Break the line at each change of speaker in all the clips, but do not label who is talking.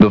The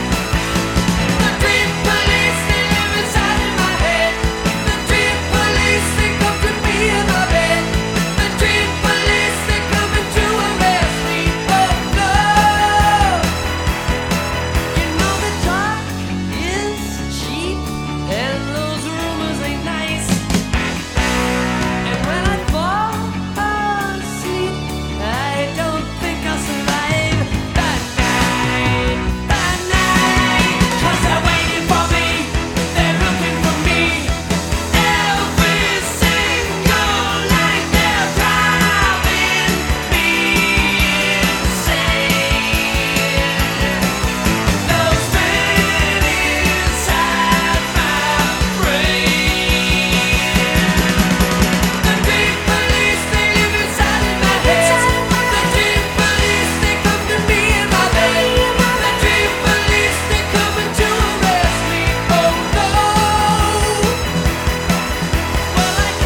The dream police they live inside my head. The dream police they come to me in my bed. The dream police they come to arrest me. Oh no! You know the talk is cheap and those rumors ain't nice. And when I fall asleep, I don't think I'll survive that night. That night, 'cause they're waiting for me, they're looking for me. Every single night they're driving me insane. Those men inside my brain. The dream police they live inside my head. The dream police they come to me in my bed. The dream police they coming to arrest me. Oh no! Well I can't tell lies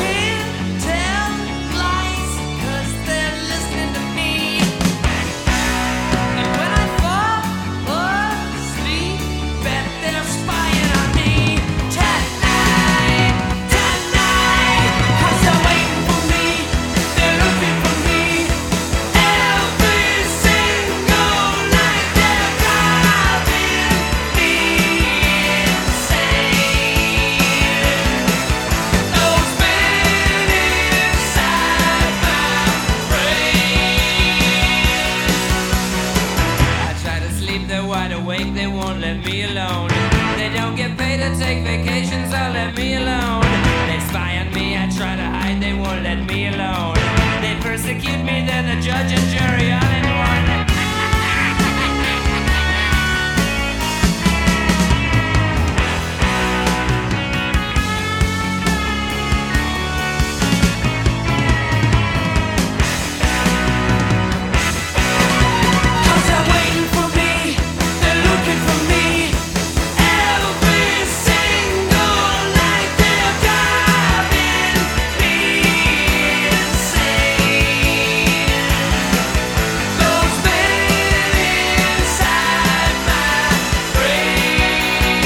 'cause they're listening to me. And when I fall asleep, bet they're spying on me tonight, tonight. 'Cause they're waiting for me, they're looking for me. Every single night they're driving me insane. Those men inside my brain. I try to sleep, they're wide awake, they won't let me alone. They don't get paid to take vacations, so let me alone. They spy on me, I try to hide, they won't let me alone. They persecute me, they're the judge and jury all in one. Cause they're waiting for me, they're looking for me. Every single night they're driving me insane. Those men inside my brain.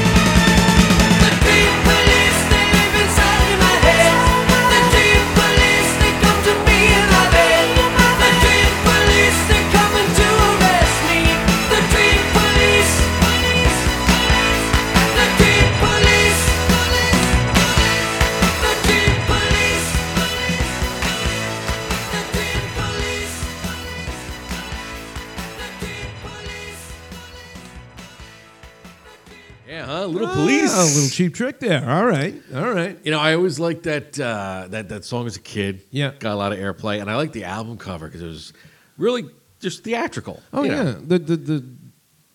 The deep police they live inside my head. The deep police they come to me in my bed. The deep police they coming to arrest me. The deep police, police, the deep police, police, the deep police, the deep police, the deep police.
Yeah, huh? Little police.
Ah, a little cheap trick there. All right. All right.
You know, I always liked that uh, that that song as a kid.
Yeah.
got a lot of airplay, and I liked the album cover because it was really just theatrical.
Oh
you
yeah.
know.
The the the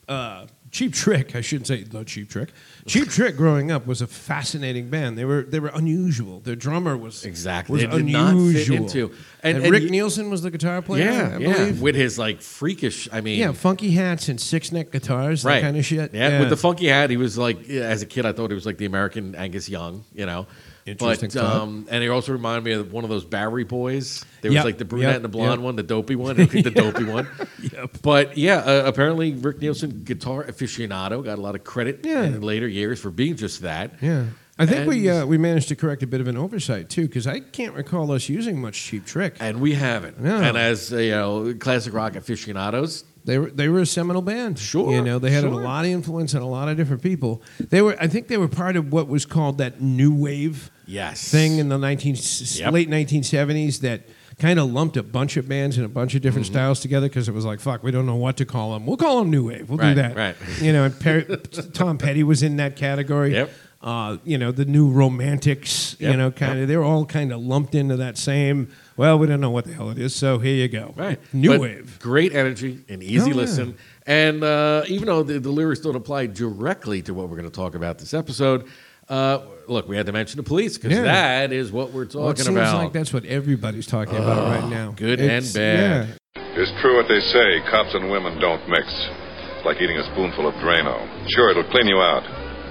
uh, Cheap Trick, I shouldn't say no Cheap Trick. Cheap Trick growing up was a fascinating band. They were they were unusual. Their drummer was
Exactly.
was
They did not fit
unusual.
into- and-
and,
and
Rick
you-
Nielsen was the guitar player.
yeah,
I
yeah.
believe.
With his like freakish, I mean,
yeah, funky hats and six neck guitars,
right.
that kind of shit.
Yeah, with the funky hat, he was like, yeah, as a kid, I thought he was like the American Angus Young, you know.
Interesting
but,
thought.
um, and he also reminded me of one of those Barry boys. There was
Yep,
like the brunette
yep,
and the blonde
yep.
one, the dopey one, I think the dopey one.
Yep.
But yeah, uh, apparently Rick Nielsen, guitar aficionado, got a lot of credit
Yeah.
in later years for being just that.
Yeah. I think we
And-
uh, we managed to correct a bit of an oversight too, because I can't recall us using much Cheap Trick.
And we haven't.
No.
And as uh, you know, classic rock aficionados,
They were they were a seminal band.
Sure,
you know they had a
sure.
lot of influence on a lot of different people. They were I think they were part of what was called that new wave
Yes.
thing in the nineteen
Yep.
late nineteen seventies that kind of lumped a bunch of bands and a bunch of different
Mm-hmm.
styles together because it was like fuck we don't know what to call them. We'll call them new wave. We'll
Right,
do that.
right.
You know, and Perry, Tom Petty was in that category.
Yep.
Uh, you know the new romantics.
Yep,
You know, kind of
yep.
they were all kind of lumped into that same. Well, we don't know what the hell it is, so here you go.
Right.
new
But
wave.
Great energy, an easy
Oh, yeah.
listen. And uh, even though the, the lyrics don't apply directly to what we're going to talk about this episode, uh, look, we had to mention the police because
Yeah.
that is what we're talking
Well, it seems
about.
like that's what everybody's talking about right now.
good and bad.
It's true what they say cops and women don't mix. It's like eating a spoonful of Drano. Sure, it'll clean you out,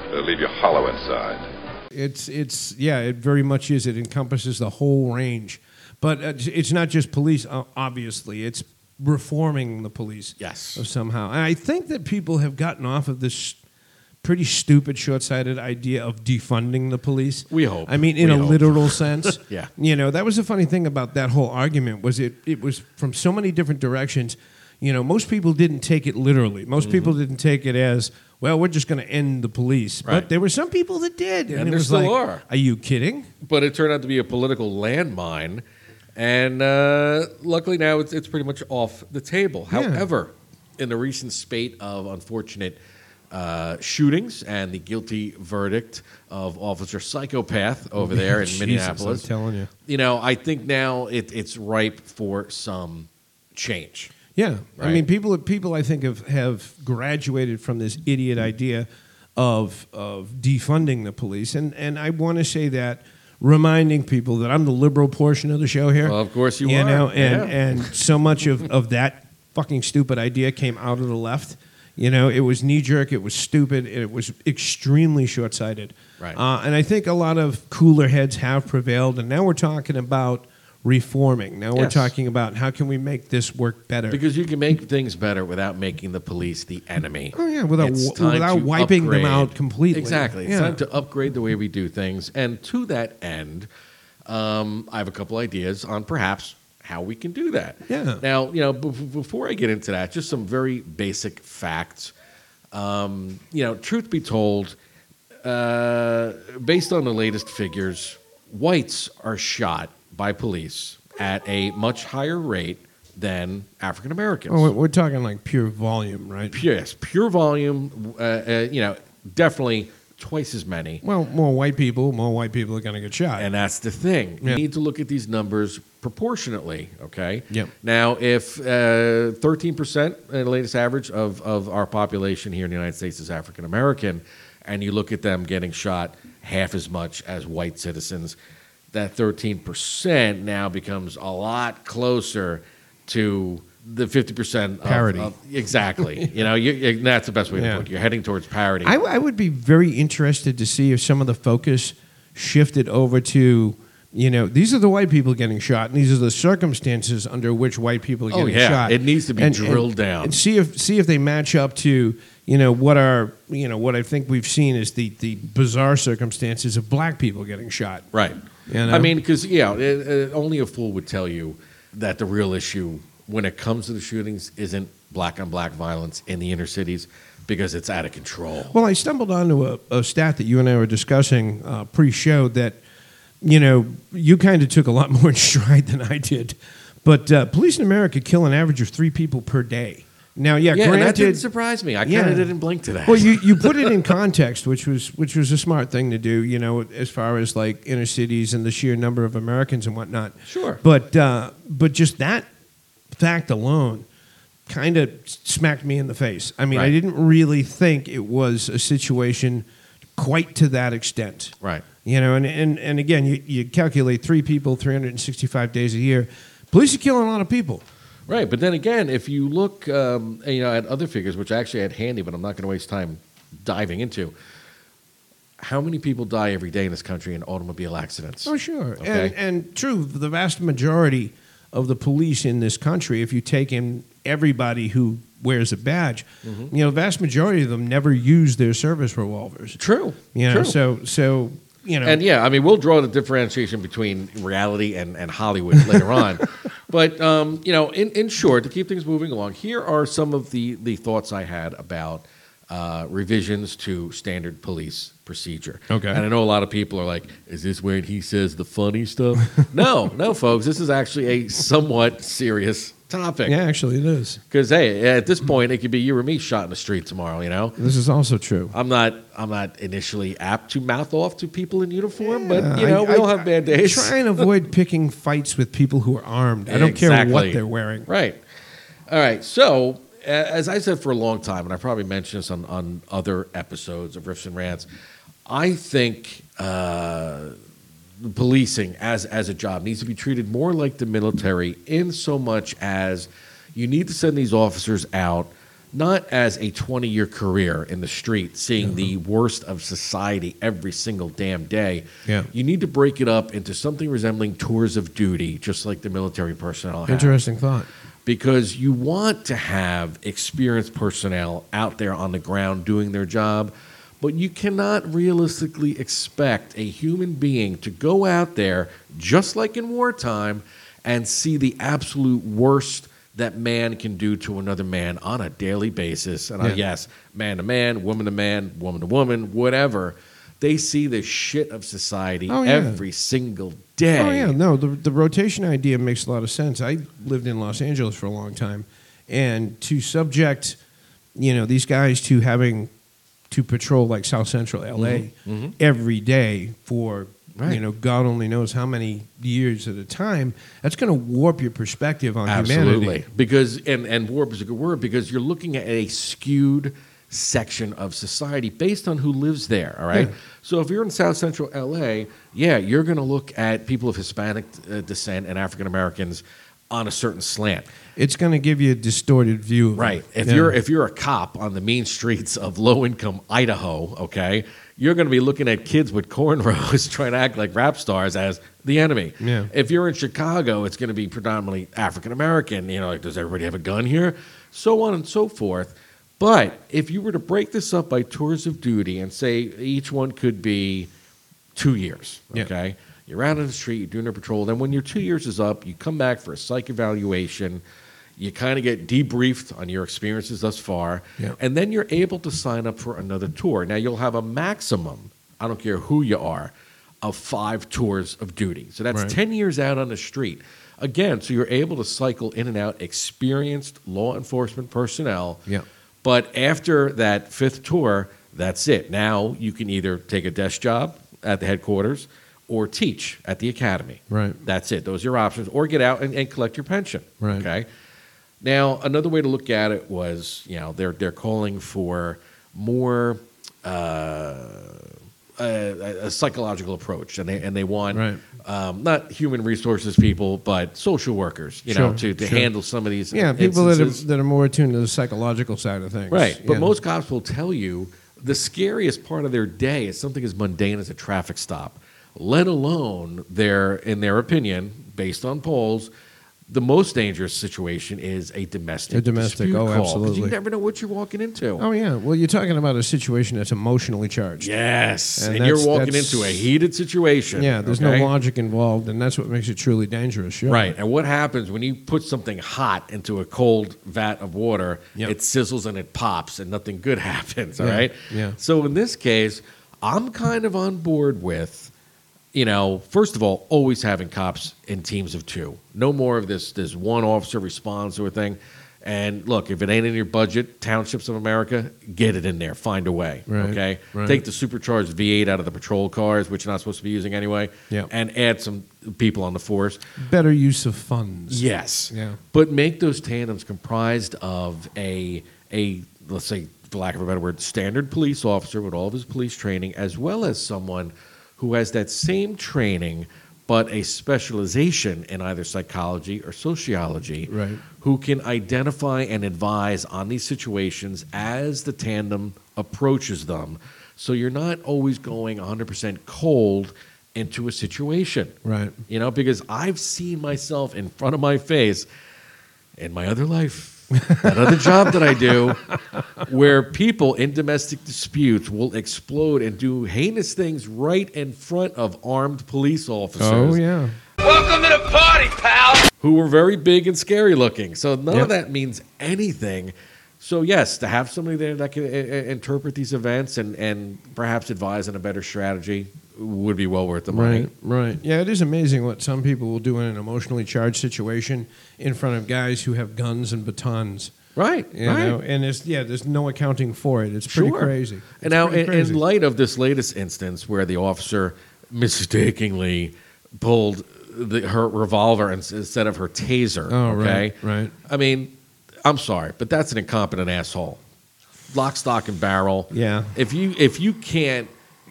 it'll leave you hollow inside.
Yeah, it's it's yeah, it very much is. It encompasses the whole range, but uh, it's not just police. o- Obviously, it's reforming the police.
Yes.
of somehow, and I think that people have gotten off of this pretty stupid, short-sighted idea of defunding the police.
We hope.
I mean, in
We
a
hope.
literal sense.
Yeah.
You know, that was the funny thing about that whole argument was it, it was from so many different directions. You know, most people didn't take it literally. Most people
Mm-hmm.
didn't take it as, well, we're just going to end the police.
Right.
But there were some people that did. And,
And
it
there
was
still
like,
are.
you kidding?
But it turned out to be a political landmine. And uh, luckily now it's, it's pretty much off the table.
Yeah.
However, in the recent spate of unfortunate uh, shootings and the guilty verdict of Officer Psychopath over there in
Jesus,
Minneapolis,
I'm telling you.
you know, I think now it, it's ripe for some change.
Yeah, I mean,
Right.
people people I think have have graduated from this idiot idea of of defunding the police, and and I want to say that reminding people that I'm the liberal portion of the show here.
Well, of course you are.
know, and
Yeah.
and so much of of that fucking stupid idea came out of the left. You know, it was knee jerk, it was stupid, and it was extremely short sighted.
Right.
Uh, and I think a lot of cooler heads have prevailed, and now we're talking about reforming. Now we're
Yes.
talking about how can we make this work better.
Because you can make things better without making the police the enemy.
Oh, yeah, without
It's
w-
time
without
to
wiping
upgrade.
them out completely.
Exactly. It's
Yeah.
time to upgrade the way we do things. And to that end, um, I have a couple ideas on perhaps how we can do that.
Yeah.
Now, you know, b- b- before I get into that, just some very basic facts. Um, you know, truth be told, uh, based on the latest figures, whites are shot by police at a much higher rate than African Americans.
Oh, we're, we're talking like pure volume, right?
Pure- yes, pure volume. Uh, uh, you know, definitely twice as many.
Well, more white people, more white people are going to get shot.
And that's the thing. You
Yeah.
need to look at these numbers proportionately, okay?
Yep.
Now, if uh, 13%, uh, the latest average of, of our population here in the United States is African American, and you look at them getting shot half as much as white citizens, that 13% now becomes a lot closer to the 50% of-
Parity.
Of, exactly. you know, you, you- that's the best way
Yeah.
to put it. You're heading towards parity.
I, I would be very interested to see if some of the focus shifted over to, you know, these are the white people getting shot, and these are the circumstances under which white people are
Oh,
getting
yeah.
shot.
It needs to be drilled down.
and see if see if they match up to you know what are you know what I think we've seen is the the bizarre circumstances of black people getting shot.
Right.
You know?
I mean, because yeah, it, it, only a fool would tell you that the real issue when it comes to the shootings isn't black on black violence in the inner cities because it's out of control.
Well, I stumbled onto a, a stat that you and I were discussing uh, pre-show that you know you kind of took a lot more in stride than I did, but uh, police in America kill an average of three people per day. Now, yeah,
yeah, and
granted,
that didn't surprise me. I kind of didn't blink to that.
Well, you, you put it in context, which was which was a smart thing to do, you know, as far as like inner cities and the sheer number of Americans and whatnot.
Sure.
But uh, but just that fact alone, kind of smacked me in the face. I mean, I
Right.
didn't really think it was a situation quite to that extent.
Right.
You know, and, and, and again, you, you calculate three people, 365 days a year. Police are killing a lot of people.
Right, but then again, if you look, um, you know, at other figures, which I actually had handy, but I'm not going to waste time diving into. How many people die every day in this country in automobile accidents?
Oh, sure.
Okay.
And, and true, the vast majority of the police in this country, if you take in everybody who wears a badge,
Mm-hmm.
you know, the vast majority of them never use their service revolvers.
True.
You know,
true.
so, so, you know,
and yeah, I mean, we'll draw the differentiation between reality and, and Hollywood later on. But, um, you know, in, in short, to keep things moving along, here are some of the, the thoughts I had about uh, revisions to standard police procedure.
Okay.
And I know a lot of people are like, is this where he says the funny stuff? no, no, folks. This is actually a somewhat serious topic.
yeah, actually it is.
Because, hey, at this point, it could be you or me shot in the street tomorrow, you know?
This is also true.
I'm not. I'm not initially apt to mouth off to people in uniform,
Yeah,
but you know
I-
we all
I-
have bad days.
Try and avoid picking fights with people who are armed. I don't care what
Exactly.
they're wearing.
Right. All right. So, a- as I said for a long time, and I probably mentioned this on, on other episodes of Riffs and Rants, I think uh, policing as, as a job needs to be treated more like the military in so much as you need to send these officers out not as a 20 year career in the street seeing the worst of society every single damn day.
Yeah.
You need to break it up into something resembling tours of duty, just like the military personnel have
Interesting thought.
because you want to have experienced personnel out there on the ground doing their job, but you cannot realistically expect a human being to go out there, just like in wartime, and see the absolute worst that man can do to another man on a daily basis. And I,
Yeah.
yes, man to man, woman to man, woman to woman, whatever. They see the shit of society
Oh, yeah.
every single day.
Oh yeah, no, the the rotation idea makes a lot of sense. I lived in Los Angeles for a long time, and to subject, you know, these guys to having to patrol like South Central LA every day for you
Mm-hmm. Right.
know God only knows how many years at a time. That's going to warp your perspective on humanity.
Because and and warp is a good word because you're looking at a skewed section of society based on who lives there. All right.
Yeah.
So if you're in South Central LA, yeah, you're going to look at people of Hispanic uh, descent and African Americans on a certain slant.
It's going to give you a distorted view. Of
Right.
it.
If
Yeah.
you're if you're a cop on the mean streets of low income Idaho, okay, you're going to be looking at kids with cornrows trying to act like rap stars as the enemy.
Yeah.
If you're in Chicago, it's going to be predominantly African American. You know, like, does everybody have a gun here? So on and so forth. But if you were to break this up by tours of duty and say each one could be two years.
Yeah.
Okay. You're out on the street, you're doing a patrol. Then when your two years is up, you come back for a psych evaluation. You kind of get debriefed on your experiences thus far.
Yeah.
And then you're able to sign up for another tour. Now you'll have a maximum, I don't care who you are, of five tours of duty. So that's
Right.
10 years out on the street. Again, so you're able to cycle in and out experienced law enforcement personnel.
Yeah.
But after that fifth tour, that's it. Now you can either take a desk job at the headquarters or teach at the academy.
Right.
That's it. Those are your options. Or get out and, and collect your pension.
Right.
Okay. Now, another way to look at it was, you know, they're, they're calling for more uh, a, a psychological approach, and they, and they want
Right.
um, not human resources people, but social workers, you know,
Sure,
to, to
sure.
handle some of these.
yeah, people that are,
instances.
that are more attuned to the psychological side of things.
Right. But
Yeah.
most cops will tell you the scariest part of their day is something as mundane as a traffic stop, let alone their, in their opinion, based on polls, the most dangerous situation is a domestic.
A domestic,
dispute
oh,
call, 'cause
absolutely.
You never know what you're walking into.
Oh yeah. Well, you're talking about a situation that's emotionally charged.
Yes, and,
And that's-
you're walking
that's-
into a heated situation.
Yeah, there's
okay?
no logic involved, and that's what makes it truly dangerous. Sure.
Right, and what happens when you put something hot into a cold vat of water?
Yep.
It sizzles and it pops, and nothing good happens. All
Yeah,
right.
yeah.
So in this case, I'm kind of on board with, you know, first of all, always having cops in teams of two. No more of this this one officer responds to a thing. And look, if it ain't in your budget, Townships of America, get it in there. Find a way.
Right,
okay.
right.
Take the supercharged V8 out of the patrol cars, which you're not supposed to be using anyway,
Yeah.
and add some people on the force.
Better use of funds.
Yes.
Yeah.
But make those tandems comprised of a a let's say for lack of a better word, standard police officer with all of his police training, as well as someone who has that same training but a specialization in either psychology or sociology
Right.
who can identify and advise on these situations as the tandem approaches them. So you're not always going 100% cold into a situation.
Right.
You know, because I've seen myself in front of my face in my other life, that other job that I do, where people in domestic disputes will explode and do heinous things right in front of armed police officers
Oh yeah.
Welcome to the party, pal!
who were very big and scary looking. So none
Yep.
of that means anything. So yes, to have somebody there that can uh, uh, interpret these events and, and perhaps advise on a better strategy would be well worth the money.
Right, right. Yeah, it is amazing what some people will do in an emotionally charged situation in front of guys who have guns and batons.
Right,
You
right.
know, and it's yeah, there's no accounting for it. It's pretty crazy. It's
And now,
pretty
in,
crazy.
in light of this latest instance where the officer mistakenly pulled the, her revolver ins- instead of her taser,
Oh,
okay,
right, right.
I mean, I'm sorry, but that's an incompetent asshole. Lock, stock, and barrel.
Yeah.
If you if you can't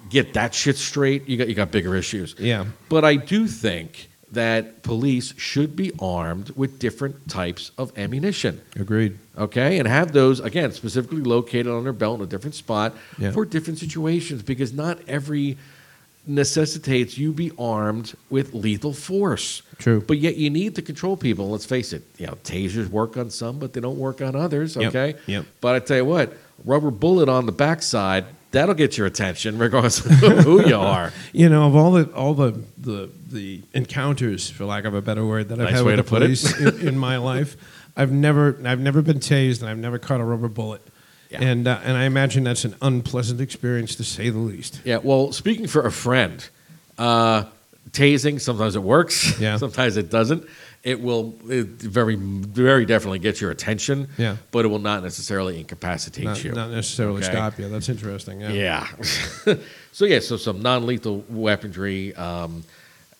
get that shit straight, you got you got bigger issues.
Yeah.
But I do think that police should be armed with different types of ammunition
agreed.
okay, and have those again specifically located on their belt in a different spot
Yeah.
for different situations because not every necessitates you be armed with lethal force.
True.
But yet you need to control people. Let's face it, you know, tasers work on some, but they don't work on others.
Yep,
Okay.
yep.
But I tell you what, rubber bullet on the backside, that'll get your attention regardless of who you are.
You know, of all the all the the, the encounters, for lack of a better word, that I've
Nice
had
way
with
to
the
put it.
police in, in my life, I've never I've never been tased and I've never caught a rubber bullet.
Yeah.
And uh, and I imagine that's an unpleasant experience to say the least.
Yeah. Well, speaking for a friend, uh, tasing sometimes it works.
Yeah.
Sometimes it doesn't. It will it very very definitely get your attention.
Yeah.
But it will not necessarily incapacitate
Not,
you.
not necessarily
Okay.
stop you. That's interesting.
Yeah. so yeah, so some non-lethal weaponry, um,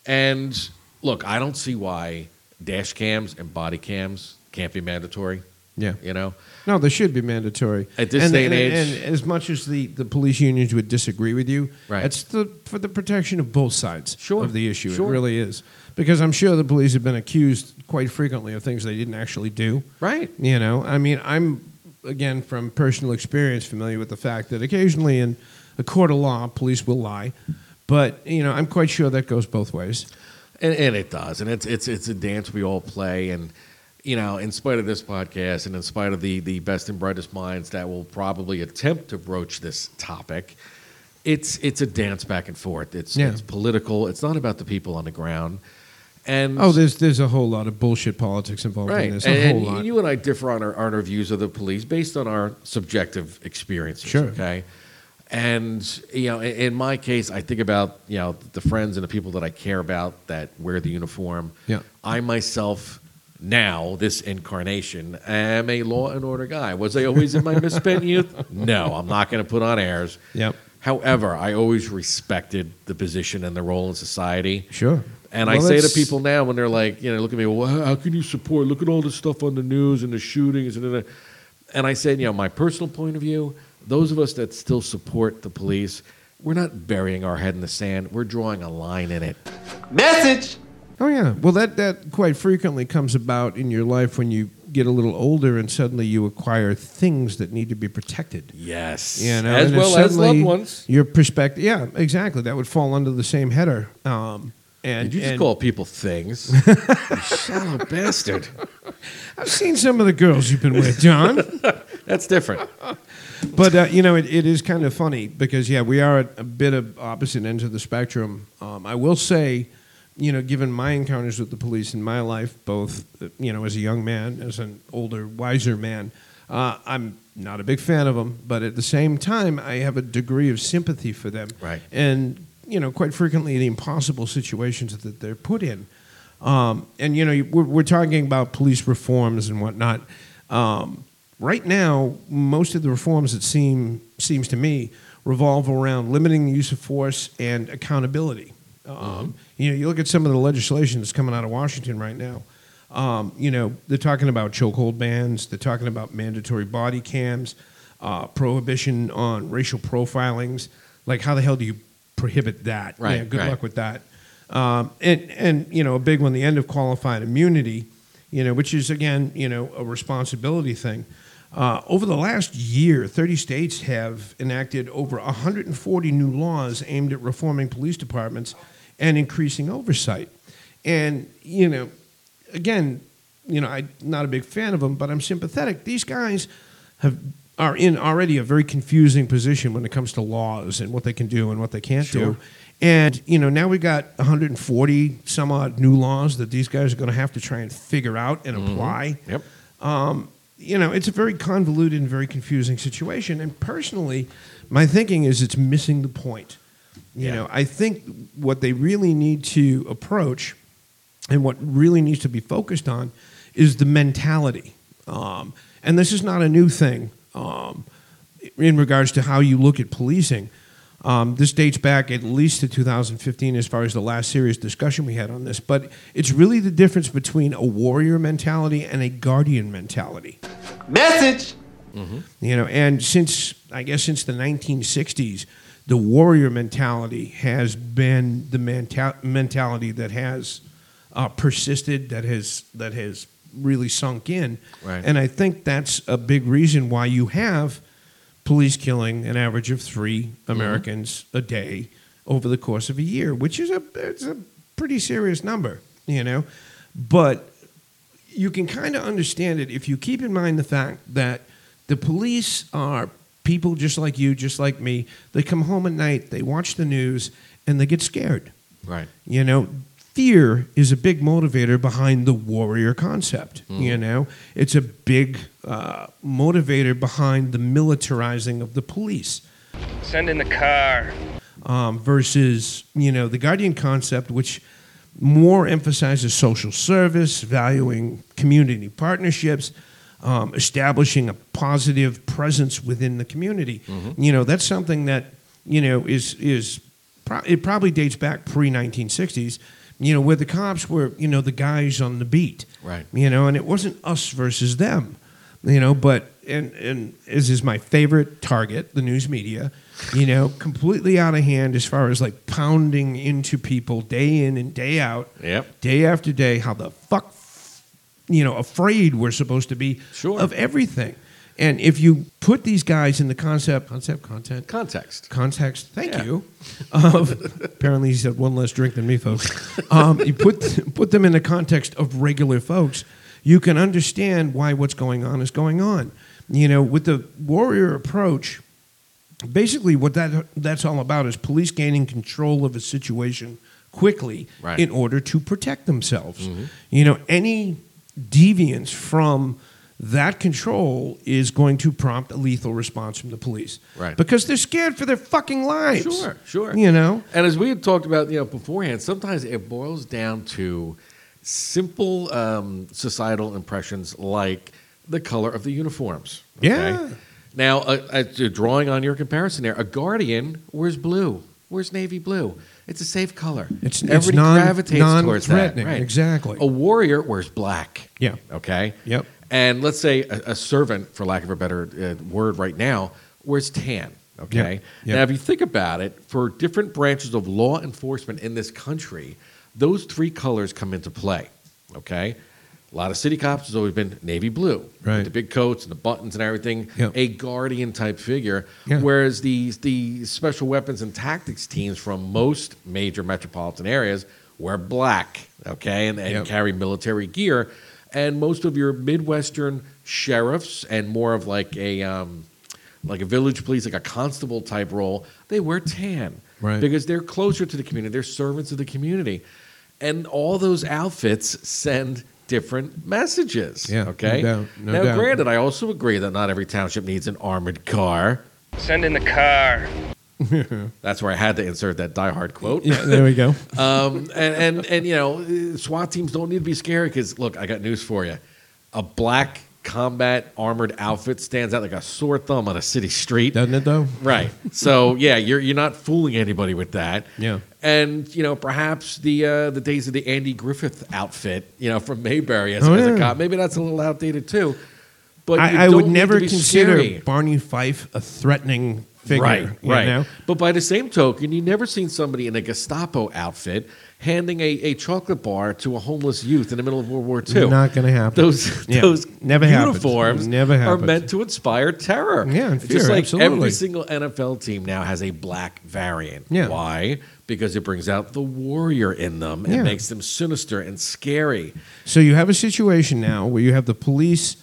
and look, I don't see why dash cams and body cams can't be mandatory.
Yeah.
You know.
No, they should be mandatory
At this
and,
day and age-
And, as much as the, the police unions would disagree with you,
Right.
it's the for the protection of both sides
Sure.
of the issue.
Sure.
It really is because I'm sure the police have been accused quite frequently of things they didn't actually do.
Right.
You know, I mean, I'm again from personal experience familiar with the fact that occasionally in a court of law, police will lie, but you know, I'm quite sure that goes both ways.
and, and it does, and it's it's it's a dance we all play, and you know, in spite of this podcast, and in spite of the the best and brightest minds that will probably attempt to broach this topic, it's it's a dance back and forth. It's
Yeah.
it's political. It's not about the people on the ground, and
Oh, there's there's a whole lot of bullshit politics involved
right,
in this. A
and,
whole
and
lot.
you and I differ on our on our views of the police based on our subjective experiences.
Sure.
Okay. And you know, in, in my case, I think about you know the friends and the people that I care about that wear the uniform.
Yeah.
I myself now, this incarnation, am a law and order guy. Was I always in my misspent youth? No, I'm not going to put on airs.
Yep.
However, I always respected the position and the role in society.
Sure.
And I
Well,
say to
that's-
people now when they're like, you know, look at me, well, how- how can you support? Look at all this stuff on the news and the shootings. And, da- da." and I said, you know, my personal point of view, those of us that still support the police, we're not burying our head in the sand. We're drawing a line in it.
Message!
Oh yeah. Well, that that quite frequently comes about in your life when you get a little older and suddenly you acquire things that need to be protected.
Yes.
You know,
as
and then
well as
suddenly
loved ones.
Your perspective. Yeah, exactly. That would fall under the same header. Um, and
Did you just
and
call people things? You shallow bastard.
I've seen some of the girls you've been with, John.
That's different.
but uh, you know, it, it is kind of funny because yeah, we are at a bit of opposite ends of the spectrum. Um, I will say, you know, given my encounters with the police in my life, both uh, you know, as a young man, as an older, wiser man, uh, I'm not a big fan of them. But at the same time, I have a degree of sympathy for them.
Right.
And you know, quite frequently, the impossible situations that they're put in. Um, and you know, we're, we're talking about police reforms and whatnot. Um, right now, most of the reforms that seem seems to me revolve around limiting the use of force and accountability. Um,
Uh-huh.
You know, you look at some of the legislation that's coming out of Washington right now. Um, you know, they're talking about chokehold bans. They're talking about mandatory body cams, uh, prohibition on racial profilings. Like, how the hell do you prohibit that?
Right,
Yeah, good
right.
luck with that. Um, and and you know, a big one, the end of qualified immunity. You know, which is again, you know, a responsibility thing. Uh, over the last year, 30 states have enacted over 140 new laws aimed at reforming police departments and increasing oversight. And, you know, again, you know, I'm not a big fan of them, but I'm sympathetic. These guys have are in already a very confusing position when it comes to laws and what they can do and what they can't do. And you know, now we got 140 some odd new laws that these guys are going to have to try and figure out and apply Um,
Yep.
you know, it's a very convoluted and very confusing situation. And personally, my thinking is it's missing the point. You
Yeah.
know, I think what they really need to approach and what really needs to be focused on is the mentality. Um, and this is not a new thing um, in regards to how you look at policing. Um, this dates back at least to 2015 as far as the last serious discussion we had on this, but it's really the difference between a warrior mentality and a guardian mentality.
Message!
You know, and since I guess since the 1960s, the warrior mentality has been the menta- mentality that has uh, persisted, that has that has really sunk in.
Right.
And I think that's a big reason why you have police killing an average of three Americans a day over the course of a year, which is a it's a pretty serious number. You know, but you can kind of understand it if you keep in mind the fact that the police are people just like you, just like me. They come home at night, they watch the news, and they get scared.
Right.
You know, fear is a big motivator behind the warrior concept. You know, it's a big uh, motivator behind the militarizing of the police
Send in the car.
um, versus you know the guardian concept, which more emphasizes social service, valuing community partnerships, um, establishing a positive presence within the community. You know that's something that you know is is pro- it probably dates back pre 1960s. You know where the cops were, you know the guys on the beat,
Right.
You know, and it wasn't us versus them, you know. But and and as is my favorite target, the news media, you know, completely out of hand as far as like pounding into people day in and day out,
Yep.
day after day. How the fuck, you know, afraid we're supposed to be
Sure.
of everything. And if you put these guys in the concept, concept, content,
Context.
context. Thank
Yeah.
you. Of, apparently, he's had one less drink than me, folks. Um, you put put them in the context of regular folks. You can understand why what's going on is going on. You know, with the warrior approach, basically what that that's all about is police gaining control of a situation quickly
Right.
in order to protect themselves. You know, any deviance from that control is going to prompt a lethal response from the police.
Right.
Because they're scared for their fucking lives.
Sure, sure.
You know?
And as we had talked about, you know, beforehand, sometimes it boils down to simple um, societal impressions like the color of the uniforms.
Yeah.
Now, uh, uh, drawing on your comparison there, a guardian wears blue. Where's navy blue? It's a safe color.
It's- it's
Everybody
non-
gravitates towards that.
non-threatening,
Right.
exactly.
A warrior wears black.
Yeah.
Okay.
Yep.
And let's say a, a servant, for lack of a better uh, word right now, wears tan. Okay.
Yeah.
Now, if you think about it, for different branches of law enforcement in this country, those three colors come into play. Okay. A lot of city cops has always been navy blue, with
Right.
the big coats and the buttons and everything,
Yeah.
a guardian type figure.
Yeah.
Whereas the the special weapons and tactics teams from most major metropolitan areas wear black, okay, and, and
Yep.
carry military gear. And most of your Midwestern sheriffs and more of like a um, like a village police, like a constable type role, they wear tan
Right.
because they're closer to the community. They're servants of the community, and all those outfits send different messages.
Yeah, no
okay.
doubt, no
now,
doubt.
granted, I also agree that not every township needs an armored car.
Send in the car.
That's where I had to insert that Die Hard quote.
Yeah, there we go.
um, and, and and you know, SWAT teams don't need to be scary because look, I got news for you: a black combat armored outfit stands out like a sore thumb on a city street.
Doesn't it though?
Right. So yeah, you're you're not fooling anybody with that.
Yeah.
And you know, perhaps the uh, the days of the Andy Griffith outfit, you know, from Mayberry as,
Oh,
as
yeah.
a cop, maybe that's a little outdated too. But you
I, I
don't
would
need to
never
be
consider
scary.
Barney Fife a threatening figure.
Right,
you
right.
know?
But by the same token, you never seen somebody in a Gestapo outfit handing a, a chocolate bar to a homeless youth in the middle of World War II.
Not gonna happen.
Those
Yeah,
those
never happens.
uniforms
Never
are
happens.
meant to inspire terror.
Yeah, and fear,
just like
absolutely.
every single NFL team now has a black variant.
Yeah.
Why? Because it brings out the warrior in them and
Yeah.
makes them sinister and scary.
So you have a situation now where you have the police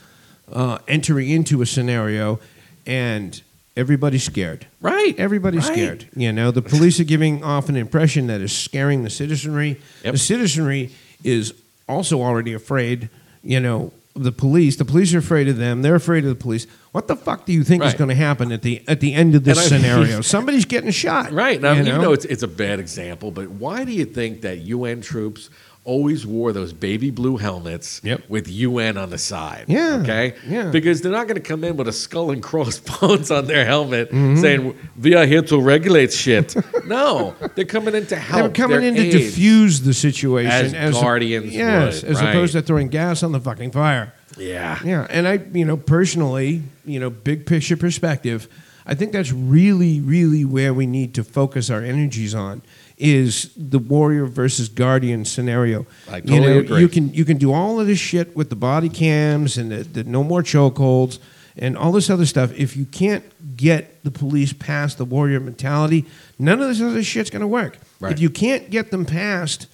uh, entering into a scenario, and everybody's scared.
Right.
Everybody's
Right.
scared. You know, the police are giving off an impression that is scaring the citizenry.
Yep.
The citizenry is also already afraid, you know, of the police. The police are afraid of them. They're afraid of the police. What the fuck do you think is
Right.
going to happen at the at the end of this
And I-
scenario? Somebody's getting shot.
Right. Now,
you
you know, it's, it's a bad example, but why do you think that UN troops always wore those baby blue helmets
Yep.
with UN on the side?
Yeah.
Okay.
Yeah.
Because they're not going to come in with a skull and crossbones on their helmet
Mm-hmm.
saying, we are here to regulate shit. no, they're coming in to help.
They're coming
their
in to
aid.
defuse the situation
As guardians
yes,
would,
as
right.
opposed to throwing gas on the fucking fire.
Yeah.
Yeah, and I, you know, personally, you know, big picture perspective, I think that's really, really where we need to focus our energies on is the warrior versus guardian scenario.
I totally
you know,
agree.
You can you can do all of this shit with the body cams and the, the no more chokeholds and all this other stuff. If you can't get the police past the warrior mentality, none of this other shit's gonna work.
Right.
If you can't get them past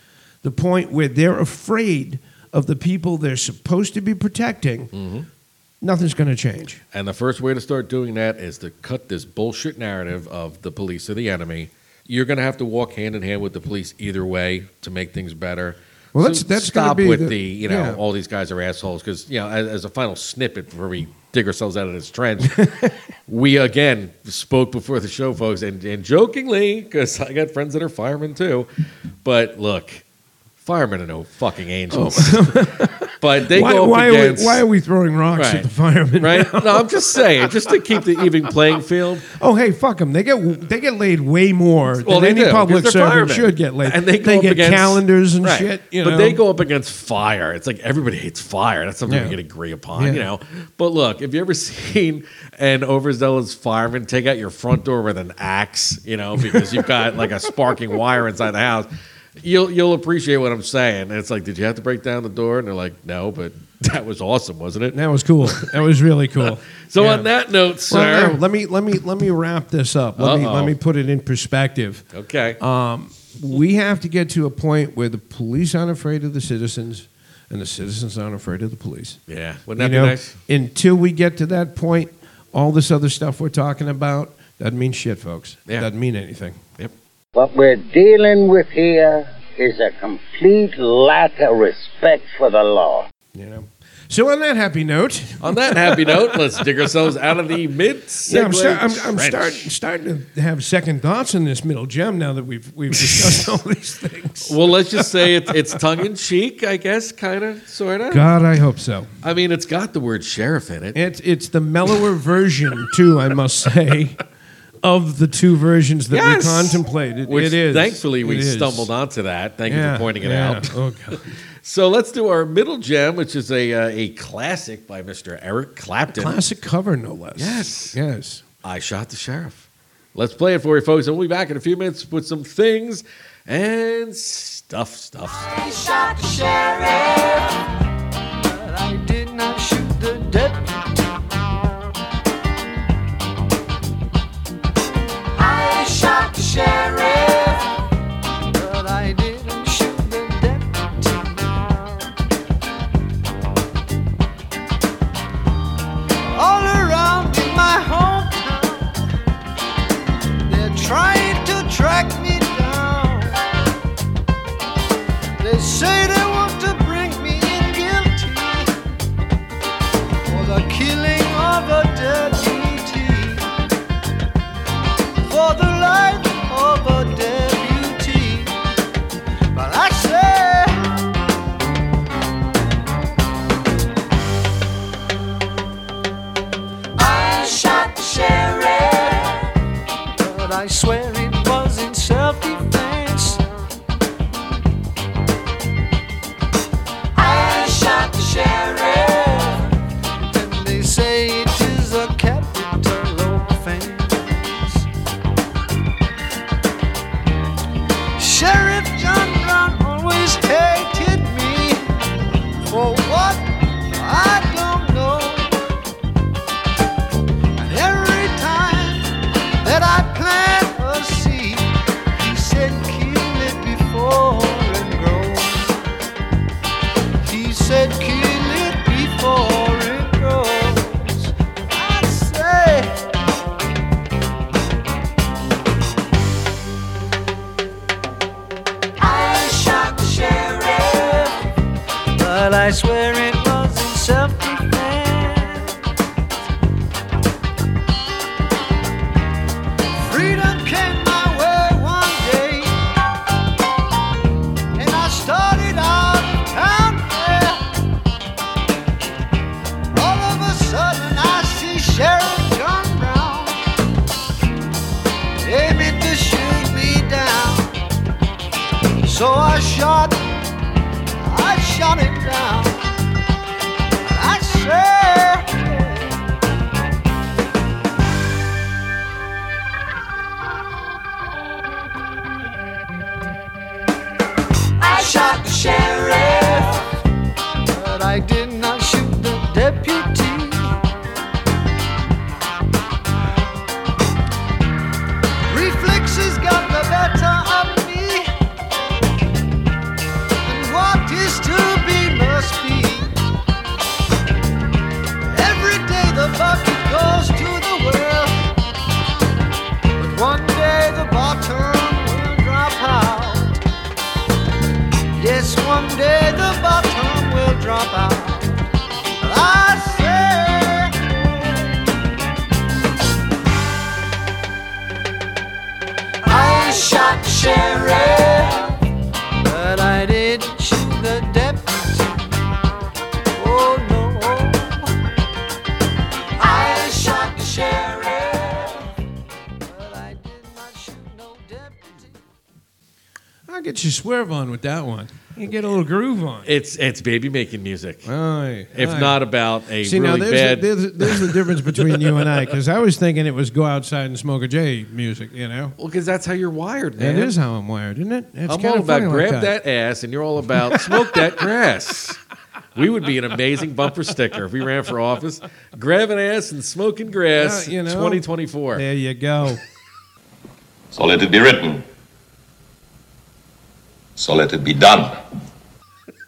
the point where they're afraid of the people they're supposed to be protecting,
Mm-hmm.
nothing's going to change.
And the first way to start doing that is to cut this bullshit narrative of the police are the enemy. You're going to have to walk hand in hand with the police either way to make things better.
Well, that's- that's gonna
stop
be
with
the-
the, you know
yeah.
all these guys are assholes because you know as, as a final snippet before we dig ourselves out of this trench, we again spoke before the show, folks, and, and jokingly because I got friends that are firemen too, but look, firemen are no fucking angels, but they
Oh. why,
go up
why
against
are we, why are we throwing rocks at
Right.
the firemen?
right? No, I'm just saying, just to keep the even playing field.
Oh, hey, fuck them. They get they get laid way more
Well,
than
they
any
do, 'cause
public
they're
servant
firemen.
should get laid.
and they, go up
get
against-
calendars and
right.
shit. You
but
know?
they go up against fire. It's like everybody hates fire. That's something
Yeah.
we can agree upon,
Yeah.
you know. But look, have you ever seen an overzealous fireman take out your front door with an axe? You know, because you've got like a sparking wire inside the house. You'll you'll appreciate what I'm saying. It's like, did you have to break down the door? And they're like, no, but that was awesome, wasn't it?
That was cool. That was really cool.
So
Yeah.
on that note,
Well,
sir.
now, let me let me let me wrap this up. Let me
Uh-oh.
let me put it in perspective.
okay.
Um, we have to get to a point where the police aren't afraid of the citizens, and the citizens aren't afraid of the police.
yeah. Wouldn't that
You know,
be nice?
Until we get to that point, all this other stuff we're talking about doesn't mean shit, folks.
Yeah.
Doesn't mean anything.
What we're dealing with here is a complete lack of respect for the law.
You know. So on that happy note,
On that happy note, let's dig ourselves out of the mid
yeah, I'm, star- I'm, I'm starting starting to have second thoughts on this middle gem now that we've we've discussed all these things.
Well, let's just say it's, it's tongue in cheek, I guess, kind of, sort of.
God, I hope so.
I mean, it's got the word sheriff in it.
It's it's the mellower version too, I must say, of the two versions that
Yes!
we contemplated.
Which
it is.
Thankfully, we
It is.
stumbled onto that. Thank you
Yeah,
for pointing it
yeah.
out.
Oh God.
So let's do our middle gem, which is a uh, a classic by Mr. Eric Clapton.
Classic cover, no less.
Yes.
Yes.
I shot the sheriff. Let's play it for you, folks, and we'll be back in a few minutes with some things and stuff, stuff. stuff.
I shot the sheriff, but I did not shoot the deputy. I shot the sheriff, but I didn't shoot the deputy. All around in my hometown, they're trying to track me down. They say they want to bring me in guilty for the killing of a deputy, for the life of a deputy. But I say,
I swear it was in self defense. I shot the sheriff, and they say it is a capital offense. Sheriff John Brown always hated me for what I don't know. And every time that I plant a seed, he said, kill it before it grows. He said, kill it before it grows. I say, I shot the sheriff, but I swear it was in self-defense. Freedom came my way one day, and I started out town fair. All of a sudden, I see Sheriff John Brown aiming to shoot me down. So I shot, I shot him down. I said, I shot the sheriff, but I did not shoot the deputy. Reflexes got the better of me. And what is to be must be. Every day the bucket goes to the well, but one day the bottom will drop out. Yes, one day the bottom will drop out. I say, I shot the sheriff. But I didn't shoot the deputy. Oh no. I shot the sheriff. But I did not shoot no deputy.
I'll get you swerve on with that one. You get a little groove on.
It's it's baby making music.
Aye,
if
aye.
not about a
See
really
now, there's,
bad.
A, there's, a- there's the difference between you and I because I was thinking it was go outside and smoke a J music, you know.
well, because that's how you're wired, man.
That is how I'm wired, isn't it? It's
I'm all
kinda
about
funny like
grab that. ass, and you're all about smoke that grass. We would be an amazing bumper sticker if we ran for office. Grabbing ass and smoking grass,
Yeah, you know.
2024.
There you go.
So let it be written. So let it be done.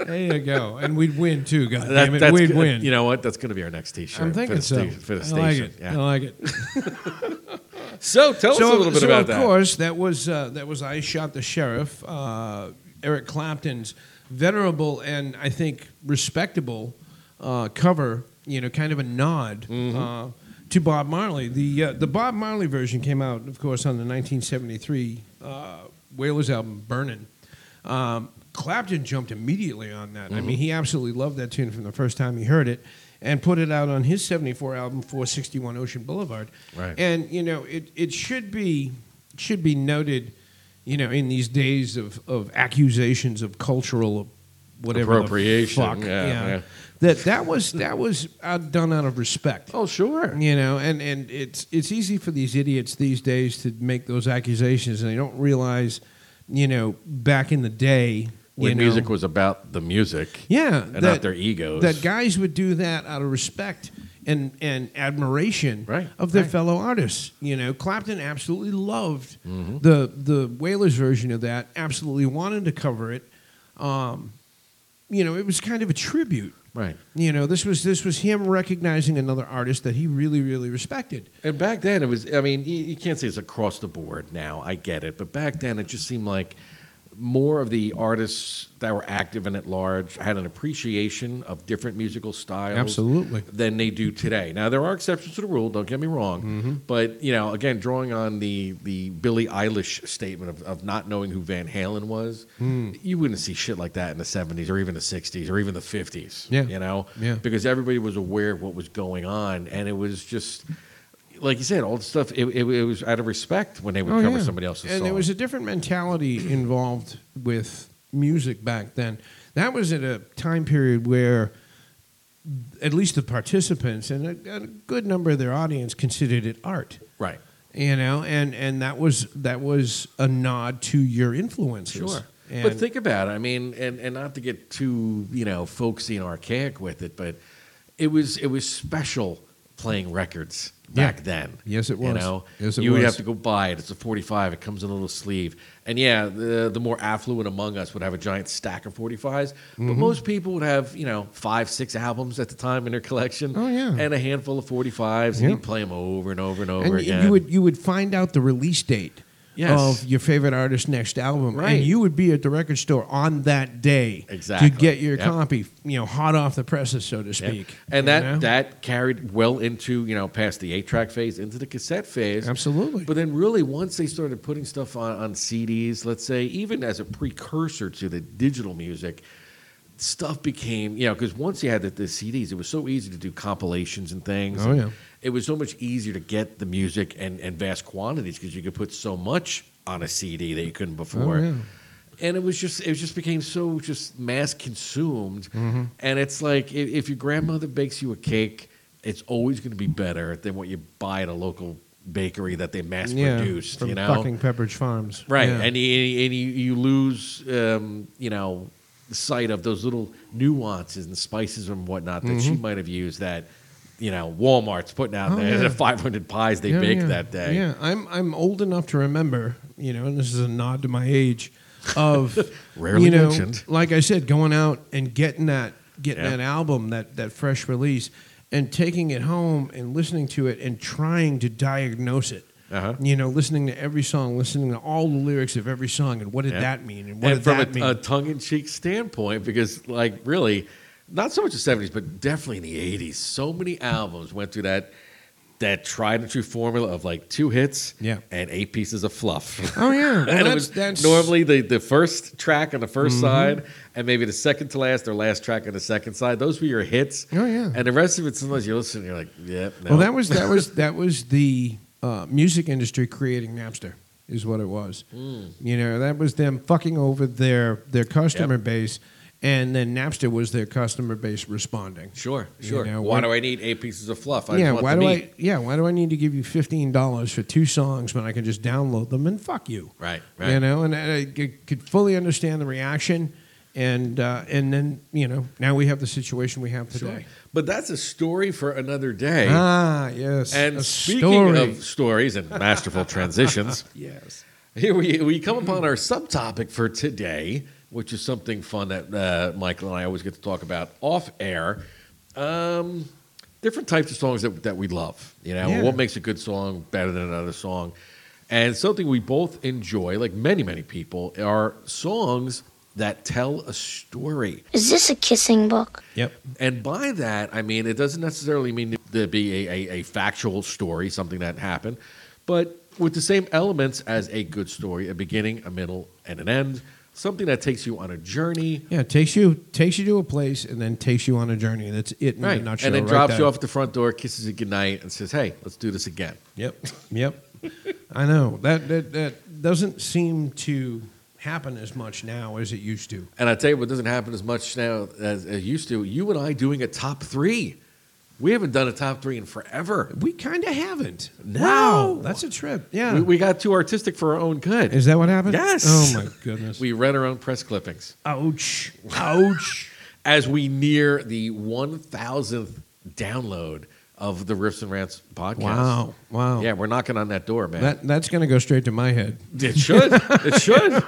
There you go. And we'd win too, God
That-
damn it.
that's
we'd
good.
win.
You know what? That's going to be our next T-shirt.
I'm
for
thinking
the
so.
sta- for the
I like
station.
it.
yeah.
I like it.
So tell us a little bit
so
about
of
that.
course, that was uh, that was I shot the sheriff, uh, Eric Clapton's venerable and I think respectable uh, cover. You know, kind of a nod
Mm-hmm.
uh, to Bob Marley. The uh, the Bob Marley version came out, of course, on the 1973 uh, Whalers album Burnin'. Um, Clapton jumped immediately on that.
Mm-hmm.
I mean, he absolutely loved that tune from the first time he heard it, and put it out on his '74 album 461 Ocean Boulevard.
Right.
And you know, it, it should be should be noted, you know, in these days of, of accusations of cultural whatever the
Appropriation,
fuck,
yeah, yeah.
that that was that was out, done out of respect.
oh sure.
You know, and, and it's it's easy for these idiots these days to make those accusations, and they don't realize, you know, back in the day
When
you know,
music was about the music.
yeah,
and not their egos.
That guys would do that out of respect and and admiration
Right,
of their
right.
fellow artists. You know, Clapton absolutely loved
Mm-hmm.
the the Whalers version of that. Absolutely wanted to cover it. Um, you know, it was kind of a tribute.
Right.
You know, this was this was him recognizing another artist that he really really respected.
And back then, it was, I mean, you, you can't say it's across the board now. I get it. But back then, it just seemed like more of the artists that were active and at large had an appreciation of different musical styles.
Absolutely.
Than they do today. Now, there are exceptions to the rule, don't get me wrong.
Mm-hmm.
But, you know, again, drawing on the, the Billie Eilish statement of, of not knowing who Van Halen was,
Hmm.
you wouldn't see shit like that in the 70s or even the 60s or even the 50s.
Yeah.
You know?
Yeah.
Because everybody was aware of what was going on, and it was just like you said, all the stuff. It, it, it was out of respect when they would
Oh,
cover
yeah.
somebody else's
and
song.
there was a different mentality involved with music back then. That was at a time period where at least the participants and a, a good number of their audience considered it art.
Right.
You know, and and that was that was a nod to your influences.
Sure.
And
but think about it. I mean, and, and not to get too, you know, folksy and archaic with it, but it was it was special playing records back
Yeah.
then.
Yes, it
You
was.
know,
Yes, it
you would
was.
have to go buy it. It's a 45. It comes in a little sleeve. And yeah, the, the more affluent among us would have a giant stack of 45s, but
Mhm.
most people would have, you know, five, six albums at the time in their collection.
Oh, yeah.
And a handful of 45s, and
Yeah.
you'd play them over and over and over
and y-
again.
you would you would find out the release date
Yes.
of your favorite artist's next album,
Right.
and you would be at the record store on that day
Exactly.
to get your
Yep.
copy, you know, hot off the presses, so to
Yeah.
speak.
And
you
that
know?
that carried well into you know past the eight track phase into the cassette phase.
Absolutely.
But then really once they started putting stuff on, on CDs, let's say even as a precursor to the digital music. Stuff became, you know, because once you had the, the CDs, it was so easy to do compilations and things.
Oh,
And
yeah.
It was so much easier to get the music and, and vast quantities because you could put so much on a CD that you couldn't before.
Oh, yeah.
And it was just, it just became so just mass consumed
Mhm.
and it's like if, if your grandmother bakes you a cake, it's always going to be better than what you buy at a local bakery that they mass produced.
from
You know,
fucking Pepperidge Farms,
right?
Yeah.
And, you, and you you lose um, you know sight of those little nuances and spices and whatnot that she
Mhm.
might have used that you know Walmart's putting out
Oh,
there
yeah.
the 500 pies they
Yeah,
baked
yeah.
that day.
Yeah, I'm I'm old enough to remember, you know, and this is a nod to my age of
Rarely
you know,
mentioned.
like I said, going out and getting that getting
Yeah.
that album, that that fresh release and taking it home and listening to it and trying to diagnose it.
Uh-huh.
You know, listening to every song, listening to all the lyrics of every song and what did
Yeah.
that mean and what did
from
that
a,
mean?
a tongue-in-cheek standpoint, because like really, not so much the '70s, but definitely in the '80s, so many albums went through that that tried and true formula of like two hits
Yeah.
and eight pieces of fluff.
Oh, yeah.
and it
Well, that's-
was
that's-
normally the, the first track on the 1st
Mhm.
side and maybe the second to last or last track on the second side. Those were your hits.
Oh, yeah.
And the rest of it, sometimes you listen, you're like, yeah. No.
Well, that was that was that was the uh, music industry creating Napster is what it was.
Mm.
You know, that was them fucking over their their customer base, and then Napster was their customer base responding.
sure,
You
sure.
know,
why
when-
do I need eight pieces of fluff? I
yeah,
just want
why
the
do
meat.
I? Yeah, why do I need to give you fifteen dollars for two songs when I can just download them and fuck you?
Right, right.
You know, and uh, I c- could fully understand the reaction, and uh, and then you know now we have the situation we have today.
But that's a story for another day.
Ah, yes,
And
a
speaking
story.
of stories and masterful transitions,
Yes.
here we, we come upon our subtopic for today, which is something fun that uh, Michael and I always get to talk about off air. Um, different types of songs that, that we love. You know,
Yeah.
what makes a good song better than another song? And something we both enjoy, like many, many people, are songs that tell a story.
Is this a kissing book?
Yep.
And by that, I mean, it doesn't necessarily mean to be a, a, a factual story, something that happened, but with the same elements as a good story a beginning, a middle, and an end, something that takes you on a journey.
Yeah, it takes you takes you to a place and then takes you on a journey. That's it in a nutshell.
and then
right
drops
there.
you off at the front door, kisses you goodnight, and says, hey, let's do this again.
Yep. Yep. I know that, that that doesn't seem to happen as much now as it used to.
And I tell you what doesn't happen as much now as it used to. You and I doing a top three. We haven't done a top three in forever.
We kind of haven't.
No.
Wow, that's a trip. Yeah.
We, we got too artistic for our own good.
Is that what happened?
Yes.
Oh my goodness.
We read our own press clippings.
Ouch. Ouch.
As we near the 1,000th download of the Riffs and Rants podcast.
Wow. Wow.
Yeah, we're knocking on that door, man.
That that's going to go straight to my head.
it should. It should.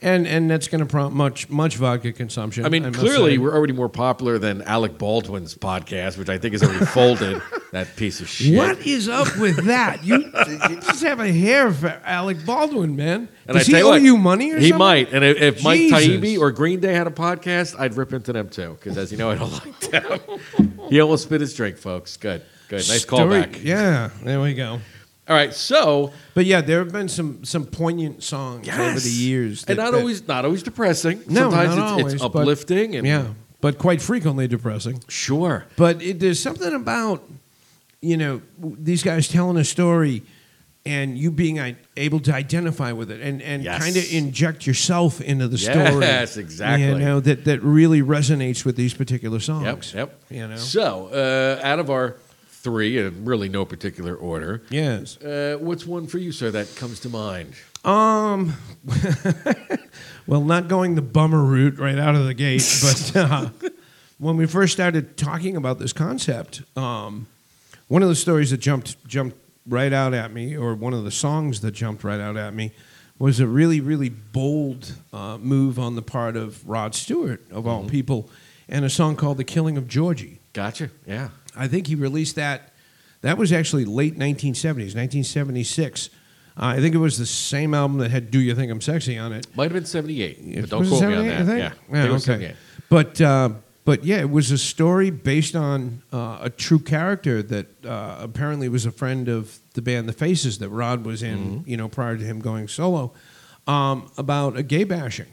And and that's going to prompt much much vodka consumption.
I mean,
must
clearly,
say.
we're already more popular than Alec Baldwin's podcast, which I think is already folded. That piece of shit.
What is up with that? You, you just have a hair for Alec Baldwin, man.
And
Does
I tell
he
you
owe
what,
you money or
he
something?
might. And if, if Mike
Jesus.
Taibbi or Green Day had a podcast, I'd rip into them too. Because as you know, I don't like them. he almost spit his drink, folks. Good, good. Nice
Story-
callback.
Yeah, there we go.
All right, so
But yeah, there have been some some poignant songs over the years,
and
that-
not
that-
always not always depressing.
No,
Sometimes
not
it's, it's
always, but-
uplifting and
yeah, but quite frequently depressing.
sure.
But it, there's something about you know, w- these guys telling a story and you being I- able to identify with it and, and
Yes.
kind of inject yourself into the story.
Yes, exactly.
You know, that, that really resonates with these particular
Yep,
songs.
yep.
Oh, You know?
So, uh, out of our three, and really no particular order,
Yes.
uh, what's one for you, sir, that comes to mind?
Um, well, not going the bummer route right out of the gate, but uh, when we first started talking about this concept, um, one of the stories that jumped jumped right out at me, or one of the songs that jumped right out at me, was a really really bold uh, move on the part of Rod Stewart of all people, and a song called "The Killing of Georgie."
Gotcha. Yeah.
I think he released that. That was actually late 1970s, 1976. Uh, I think it was the same album that had "Do You Think I'm Sexy" on it.
Might have been 78. but don't
Was it
quote me on
78,
that.
I
Yeah.
think? Yeah,
I think it was
okay.
78.
But uh, but yeah, it was a story based on uh, a true character that uh, apparently was a friend of the band The Faces that Rod was in,
Mm-hmm.
you know, prior to him going solo, um, about a gay bashing,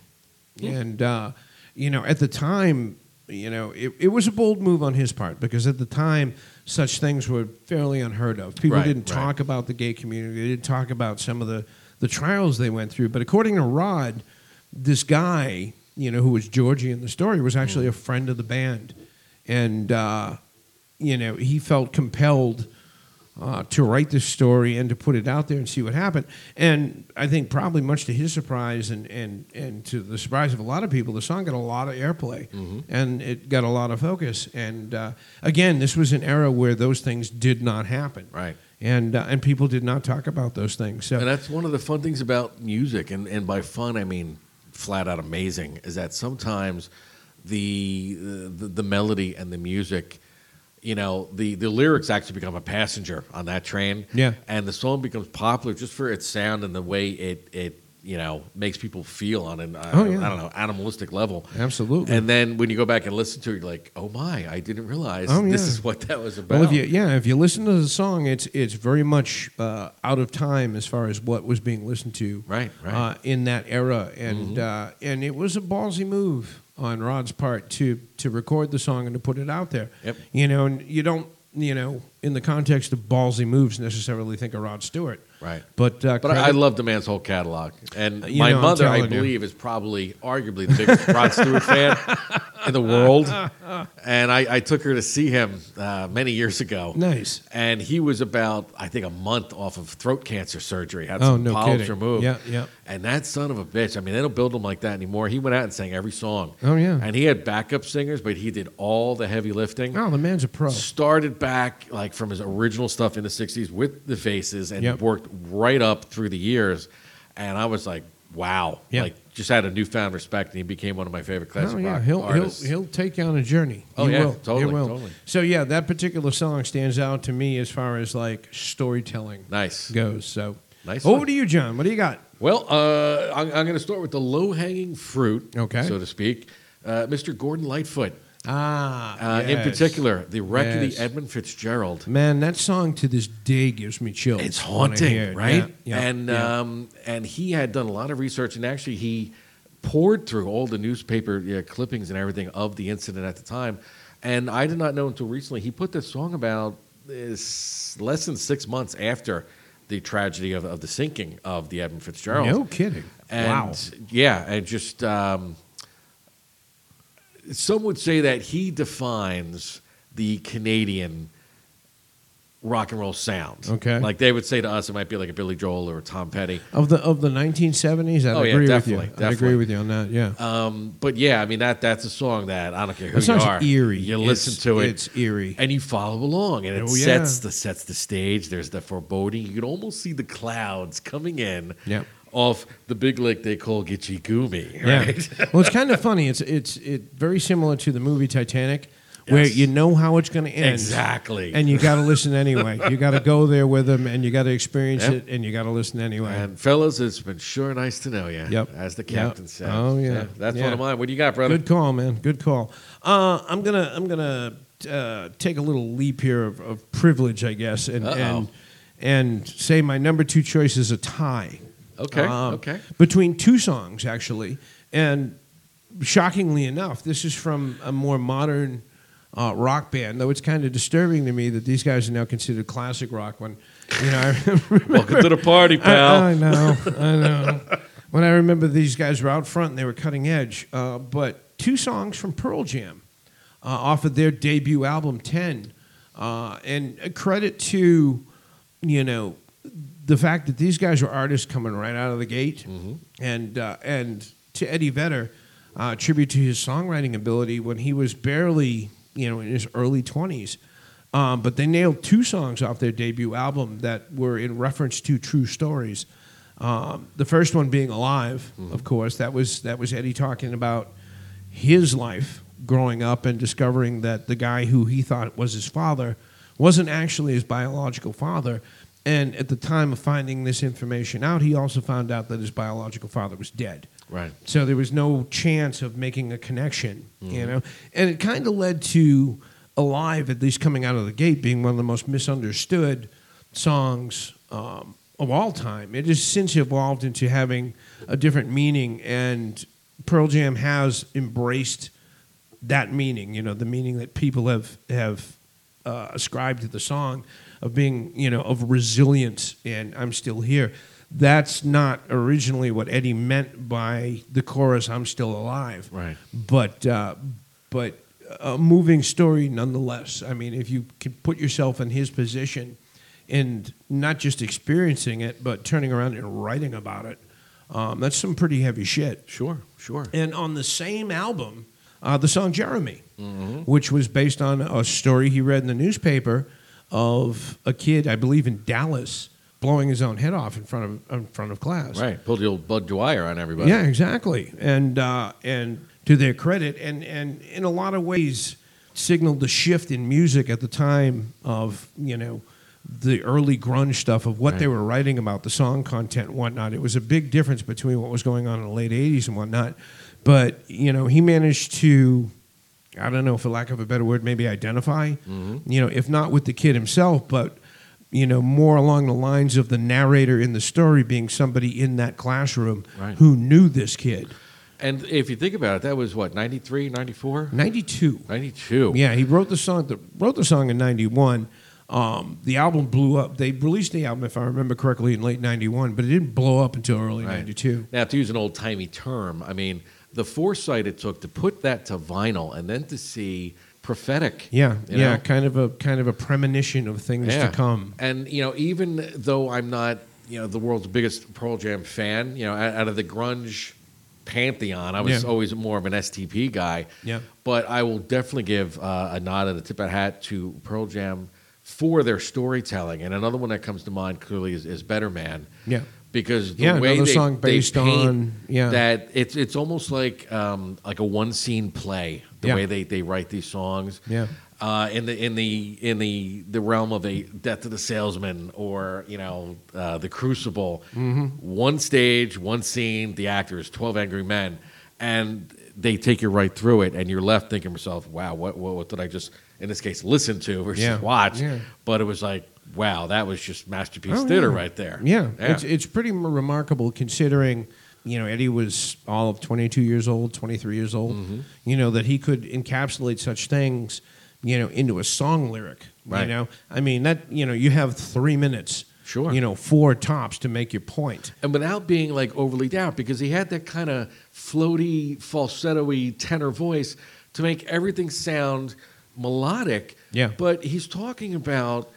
and uh, you know, at the time, you know, it, it was a bold move on his part because at the time. Such things were fairly unheard of. People
Right,
didn't
right.
talk about the gay community. They didn't talk about some of the, the trials they went through. But according to Rod, this guy, you know, who was Georgie in the story, was
Hmm.
actually a friend of the band, and uh, you know, he felt compelled uh, to write this story and to put it out there and see what happened. And I think probably much to his surprise and and and to the surprise of a lot of people, the song got a lot of airplay and it got a lot of focus. And uh, again, this was an era where those things did not happen,
Right.
and uh, and people did not talk about those things. So
And that's one of the fun things about music, and, and by fun I mean flat out amazing, is that sometimes the the, the melody and the music, you know, the, the lyrics actually become a passenger on that train.
Yeah.
And the song becomes popular just for its sound and the way it it you know makes people feel on an uh,
Oh, yeah.
I don't know animalistic level.
Absolutely.
And then when you go back and listen to it, you're like, oh my, I didn't realize
Oh,
this
yeah.
is what that was about.
Well, if you yeah, if you listen to the song, it's it's very much uh, out of time as far as what was being listened to
Right, right. Mm-hmm.
Uh, in that era, and uh, and it was a ballsy move on Rod's part to to record the song and to put it out there.
Yep.
You know, and you don't you know in the context of ballsy moves necessarily think of Rod Stewart.
Right.
But uh,
But I I
credit-
love the man's whole catalog, and
Uh, You
my
know, I'm
mother, I
telling you.
believe, is probably arguably the biggest Rod Stewart fan in the world. And I, I took her to see him uh, many years ago.
Nice.
And he was about, I think, a month off of throat cancer surgery. Had
Oh,
some
no
polyps
kidding.
removed.
Yeah, yeah.
And that son of a bitch. I mean, they don't build him like that anymore. He went out and sang every song.
Oh, yeah.
And he had backup singers, but he did all the heavy lifting
Oh, the man's a pro.
started back like from his original stuff in the 60s with the faces and
Yep.
worked right up through the years and i was like wow
Yeah.
like just had a newfound respect and he became one of my favorite classic
Oh yeah,
rock
he'll, he'll
artists
he'll take you on a journey.
Oh,
he
yeah,
will.
totally,
he will.
totally.
So yeah, that particular song stands out to me as far as like storytelling
nice
goes. So
Nice
Over
one.
to you, John. What do you got?
well uh, i'm, I'm going to start with the low-hanging fruit
Okay.
so to speak uh, mr gordon lightfoot
Ah,
uh, in particular the record
Yes.
of edmund fitzgerald
man, that song to this day gives me chills.
It's
when I
haunting,
hear it.
right?
Yeah, yeah,
and
yeah.
Um, and he had done a lot of research, and actually he poured through all the newspaper yeah, clippings and everything of the incident at the time. And I did not know until recently he put this song about this less than six months after the tragedy of, of the sinking of the Edmund Fitzgerald.
no kidding.
And
wow.
yeah, and just um, some would say that he defines the Canadian rock and roll sound.
Okay.
like they would say to us, it might be like a Billy Joel or a Tom Petty.
Of the of the 1970s, I
Oh,
agree
yeah,
with you.
definitely,
I agree
definitely.
with you on that. Yeah.
Um, but yeah, I mean that that's a song that I don't care who
That
you
song's
are.
eerie.
You
It's-
listen to it,
it's eerie.
and you follow along, and it
Oh, yeah.
sets the sets the stage. There's the foreboding. You can almost see the clouds coming in.
Yep.
Off the big lake they call Gitchigumi, right?
Yeah. well, it's kind of funny. It's it's it very similar to the movie Titanic, where
Yes.
you know how it's going to end
Exactly.
and you got to listen anyway. You got to go there with them, and you got to experience
Yep.
it, and you got to listen anyway.
And fellas, it's been sure nice to know you.
Yep.
As the
Yep.
captain said.
Oh, yeah.
That's
Yeah.
one of mine. What do you got, brother?
Good call, man. Good call. Uh, I'm gonna I'm gonna uh, take a little leap here of, of privilege, I guess, and
Uh-oh.
and and say my number two choice is a tie.
Okay,
Um,
okay.
Between two songs, actually, and shockingly enough, this is from a more modern uh, rock band. Though it's kind of disturbing to me that these guys are now considered classic rock. When you know, I remember,
Welcome to the party,
I-
pal.
I, know, I know. When I remember these guys were out front and they were cutting edge, uh, but two songs from Pearl Jam uh, off of their debut album Ten, uh, and a credit to you know the fact that these guys were artists coming right out of the gate, and uh, and to Eddie Vedder, uh, tribute to his songwriting ability when he was barely you know in his early twenties. Um, but they nailed two songs off their debut album that were in reference to true stories. Um, the first one being "Alive," of course. That was that was Eddie talking about his life growing up and discovering that the guy who he thought was his father wasn't actually his biological father. And at the time of finding this information out, he also found out that his biological father was dead.
Right.
So there was no chance of making a connection, you know? And it kind of led to Alive, at least coming out of the gate, being one of the most misunderstood songs um, of all time. It has since evolved into having a different meaning, and Pearl Jam has embraced that meaning, you know, the meaning that people have, have uh, ascribed to the song of being, you know, of resilience and I'm still here. That's not originally what Eddie meant by the chorus "I'm still alive."
Right.
But uh, but a moving story nonetheless. I mean, if you can put yourself in his position and not just experiencing it, but turning around and writing about it, um, that's some pretty heavy shit.
Sure, sure.
And on the same album, uh, the song Jeremy, which was based on a story he read in the newspaper of a kid, I believe in Dallas, blowing his own head off in front of in front of class.
Right. Pulled the old Bud Dwyer on everybody.
Yeah, exactly. And uh, and to their credit, and and in a lot of ways, signaled the shift in music at the time of you know the early grunge stuff of what they were writing about the song content and whatnot. It was a big difference between what was going on in the late '80s and whatnot. But you know, he managed to. I don't know, for lack of a better word, maybe identify,
Mm-hmm.
you know, if not with the kid himself, but, you know, more along the lines of the narrator in the story being somebody in that classroom
Right.
who knew this kid.
And if you think about it, that was what, 93, 94?
92.
92.
Yeah, he wrote the song, the, wrote the song in 91. Um, the album blew up. They released the album, if I remember correctly, in late 91, but it didn't blow up until early
Right.
92.
Now, to use an old timey term, I mean, the foresight it took to put that to vinyl and then to see prophetic.
Yeah,
you
yeah,
know?
kind of a kind of a premonition of things
Yeah.
to come.
And, you know, even though I'm not, you know, the world's biggest Pearl Jam fan, you know, out out of the grunge pantheon, I was
Yeah.
always more of an STP guy.
Yeah.
But I will definitely give uh, a nod and a tip of the hat to Pearl Jam for their storytelling. And another one that comes to mind clearly is, is Better Man.
Yeah.
Because the
Yeah,
way
another
they,
song
they
based
paint
on- yeah.
that it's it's almost like um, like a one scene play the
Yeah.
way they, they write these songs
Yeah.
uh, in the in the in the the realm of a death of the salesman or you know uh, the crucible
Mm-hmm.
one stage one scene the actors 12 angry men and they take you right through it and you're left thinking to yourself wow what, what what did i just in this case listen to versus
Yeah.
watch
Yeah.
but it was like wow that was just masterpiece
Oh,
theater
yeah.
right there
Yeah, it's it's pretty m- remarkable considering you know Eddie was all of 22 years old, 23 years old.
Mm-hmm.
You know that he could encapsulate such things, you know, into a song lyric. You
Right.
know, I mean that you know you have three minutes.
Sure.
You know, four tops to make your point.
and without being like overly down because he had that kind of floaty falsetto-y tenor voice to make everything sound melodic
Yeah.
but he's talking about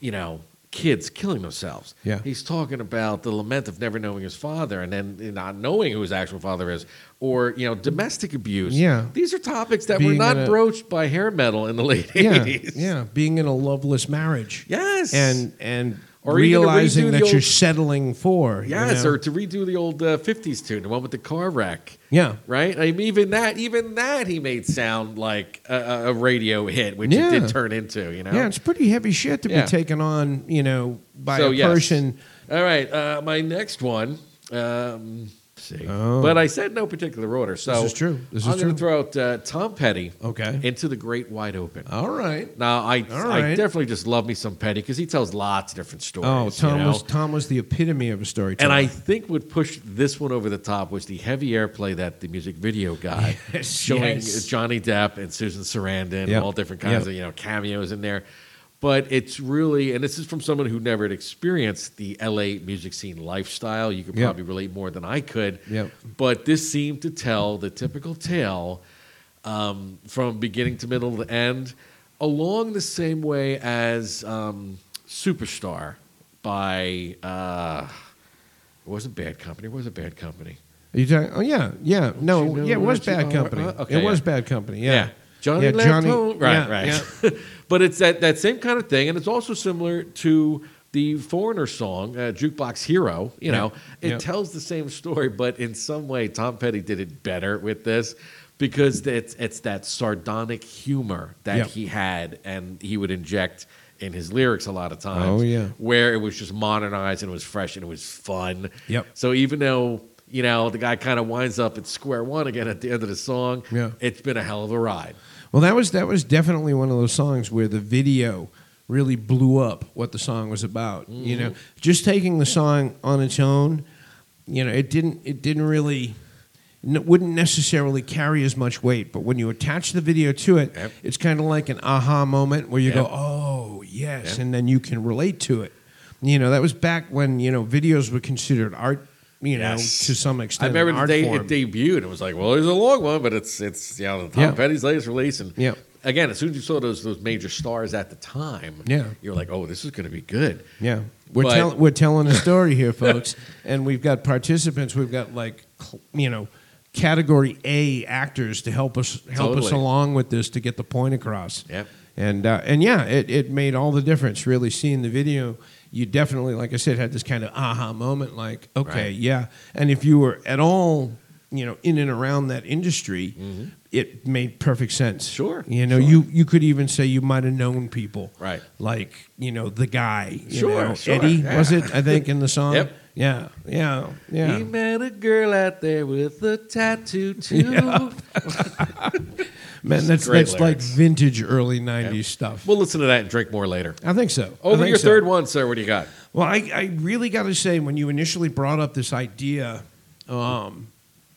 you know kids killing themselves
Yeah.
he's talking about the lament of never knowing his father and then not knowing who his actual father is or you know domestic abuse
Yeah.
these are topics that were
Being
not
in a-
broached by hair metal in the late
Yeah,
80s
yeah. Being in a loveless marriage.
yes
And and
Or even to redo
realizing that
the
you're
old-
settling for. you
Yes,
know?
or to redo the old uh, 50s tune, the one with the car wreck.
Yeah.
Right? I mean, even that, even that he made sound like a, a- a radio hit, which
Yeah.
it did turn into, you know?
yeah, it's pretty heavy shit to
Yeah.
be taken on. You know, by
So,
a
yes.
person.
All right. Uh, my next one. Um, See,
Oh.
but I said no particular order. So
This is true. This is
I'm going
true.
to throw out uh, Tom Petty.
Okay.
Into the great wide open.
All right.
Now I
All
I
right.
definitely just love me some Petty because he tells lots of different stories.
Oh,
you
Tom
know?
was Tom was the epitome of a
and
storyteller.
I think what pushed this one over the top was the heavy airplay that the music video guy
Yes,
showing
yes.
Johnny Depp and Susan Sarandon and
Yep,
all different kinds
yep.
of you know cameos in there. But it's really, and this is from someone who never had experienced the LA music scene lifestyle. You could
Yep.
probably relate more than I could.
Yep.
But this seemed to tell the typical tale um, from beginning to middle to end, along the same way as um, Superstar by uh, it wasn't Bad Company. It was a Bad Company.
Are you talking, oh yeah, yeah. No,
She knew
yeah, it was
that you-
bad
oh,
company.
uh, okay,
it was
yeah.
bad company. Yeah.
Johnny
yeah,
Lampoon.
yeah,
Right, right. but it's that, that same kind of thing, and it's also similar to the Foreigner song, uh, Jukebox Hero. You
Yeah,
know, it
yeah.
tells the same story, but in some way, Tom Petty did it better with this because it's, it's that sardonic humor that
Yeah.
he had and he would inject in his lyrics a lot of times.
Oh, yeah.
Where it was just modernized and it was fresh and it was fun.
Yep.
So even though you know the guy kind of winds up at square one again at the end of the song,
Yeah.
it's been a hell of a ride.
Well, that was that was definitely one of those songs where the video really blew up what the song was about. You
Mm.
know, just taking the song on its own, you know, it didn't it didn't really it wouldn't necessarily carry as much weight, but when you attach the video to it,
Yep.
it's kind of like an aha moment where you go,
Yep.
"Oh, yes,"
Yep.
and then you can relate to it. You know, that was back when you know videos were considered art. You know,
Yes.
to some
I
extent, an
remember the
art
day
form.
it debuted. It was like, well, it's a long one, but it's it's you know Tom
Yeah.
Petty's latest release, and
Yeah.
again, as soon as you saw those those major stars at the time,
Yeah.
you're like, oh, this is going to be good.
Yeah. We're,
But-
tell- we're telling a story here, folks. and we've got participants. We've got, like, cl- you know, category A actors to help us help us
Totally.
along with this to get the point across.
Yep.
And, uh, and yeah, it, it made all the difference, really, seeing the video. You definitely, like I said, had this kind of aha moment, like, okay,
Right.
yeah. And if you were at all, you know, in and around that industry, it made perfect sense.
Mm-hmm. Sure,
You know,
sure.
you you could even say you might have known people.
Right.
Like, you know, the guy. you
Sure,
know,
sure,
Eddie,
yeah.
was it? I think in the song.
Yep.
Yeah, yeah, yeah.
He met a girl out there with a tattoo too.
Yeah. Man, that's
Great
that's like
lyrics.
vintage early '90s stuff.
We'll listen to that and drink more later.
I think so. I
Over
think
your
so.
third one, sir. What do you got?
Well, I, I really got to say, when you initially brought up this idea, um,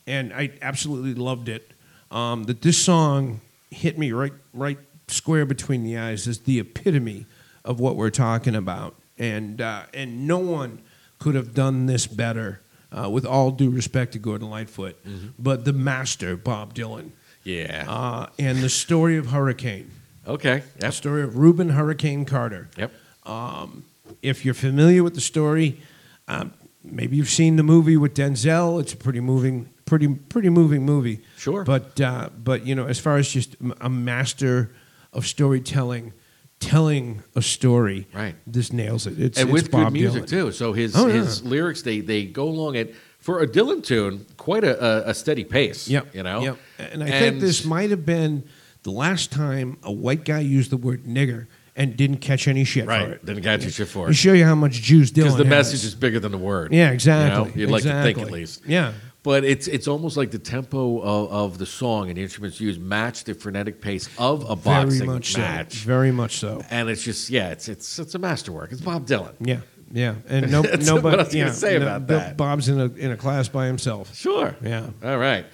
and I absolutely loved it, um, that this song hit me right, right square between the eyes as the epitome of what we're talking about. And, uh, and no one could have done this better, uh, with all due respect to Gordon Lightfoot, but the master, Bob Dylan,
Mm-hmm. Yeah.
uh, and the story of Hurricane,
Okay.
the
Yep.
story of Reuben Hurricane Carter.
Yep.
Um, if you're familiar with the story, um, maybe you've seen the movie with Denzel. It's a pretty moving, pretty pretty moving movie.
Sure.
But uh, but you know, as far as just m- a master of storytelling, telling a story,
Right.
This nails it. It's,
and
it's
with
Bob
good music
Dylan.
too. So his
Oh, yeah.
his lyrics they they go along at for a Dylan tune quite a, a, a steady pace.
Yep.
You know.
Yep. And I think this might have been the last time a white guy used the word nigger and didn't catch any shit
right.
for it.
Didn't catch you shit for
To
it
show you how much Jews Dylan
because the
has.
message is bigger than the word.
Yeah,
You
exactly.
would like to think at
Exactly.
least.
Yeah.
But it's it's almost like the tempo of, of the song and the instruments used match the frenetic pace of a boxing
very much
match.
so. Very much so.
and it's just yeah, it's it's it's a masterwork. It's Bob Dylan.
Yeah, yeah, and no,
That's
nobody.
what I was gonna
yeah,
say about
Bill-
that.
Bob's in a in a class by himself.
Sure.
Yeah.
All right.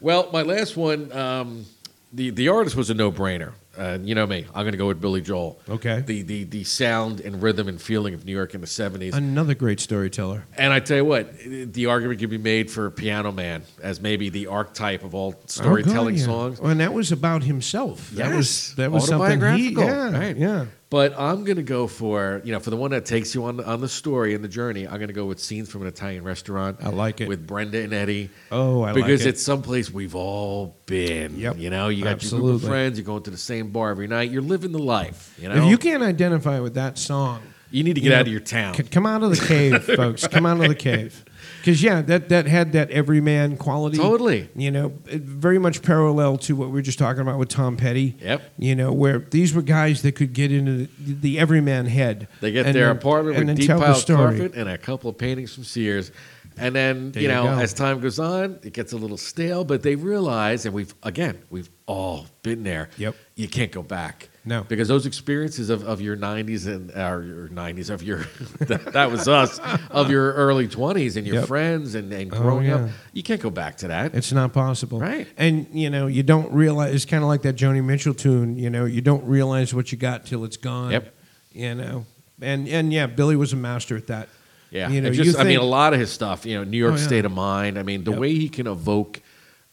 Well, my last one, um, the the artist was a no brainer. Uh, you know me. I'm going to go with Billy Joel.
Okay.
The the the sound and rhythm and feeling of New York in the '70s.
Another great storyteller.
and I tell you what, the argument could be made for Piano Man as maybe the archetype of all storytelling
Oh, God, yeah.
songs.
Well, and that was about himself. That was
Yes.
that was something he.
Autobiographical,
Yeah,
right.
yeah.
But I'm going to go for, you know, for the one that takes you on the, on the story and the journey, I'm going to go with Scenes from an Italian Restaurant.
I like it.
With Brenda and Eddie.
Oh, I like
Because
it.
it's someplace we've all been.
Yep.
You know, you got your group
Absolutely.
of friends, you're going to the same bar every night, you're living the life. You know,
If you can't identify with that song,
You need to get
you
out
know,
of your town.
c- come out of the cave, folks. Come out of the cave. Because yeah, that that had that everyman quality.
Totally.
You know, it- very much parallel to what we were just talking about with Tom Petty.
Yep.
You know, where these were guys that could get into the, the everyman head.
They get
and
their
then-
apartment
and
with
then
deep
tell the
piled
story.
carpet and a couple of paintings from Sears, And then,
There
you
you
know,
go.
as time goes on, it gets a little stale, but they realize, and we've, again, we've all been there.
Yep.
You can't go back.
No.
Because those experiences of, of your 90s and, or your 90s, of your, that, that was us, of your early 20s and your
Yep.
friends and, and
Oh,
growing up,
yeah.
you can't go back to that.
It's not possible.
Right.
And, you know, you don't realize, it's kind of like that Joni Mitchell tune, you know, you don't realize what you got till it's gone.
Yep.
You know, and, and yeah, Billy was a master at that.
Yeah,
You know,
and just,
you
I mean,
think-
a lot of his stuff. You know, New York
Oh, yeah.
State of Mind. I mean, the
Yep.
way he can evoke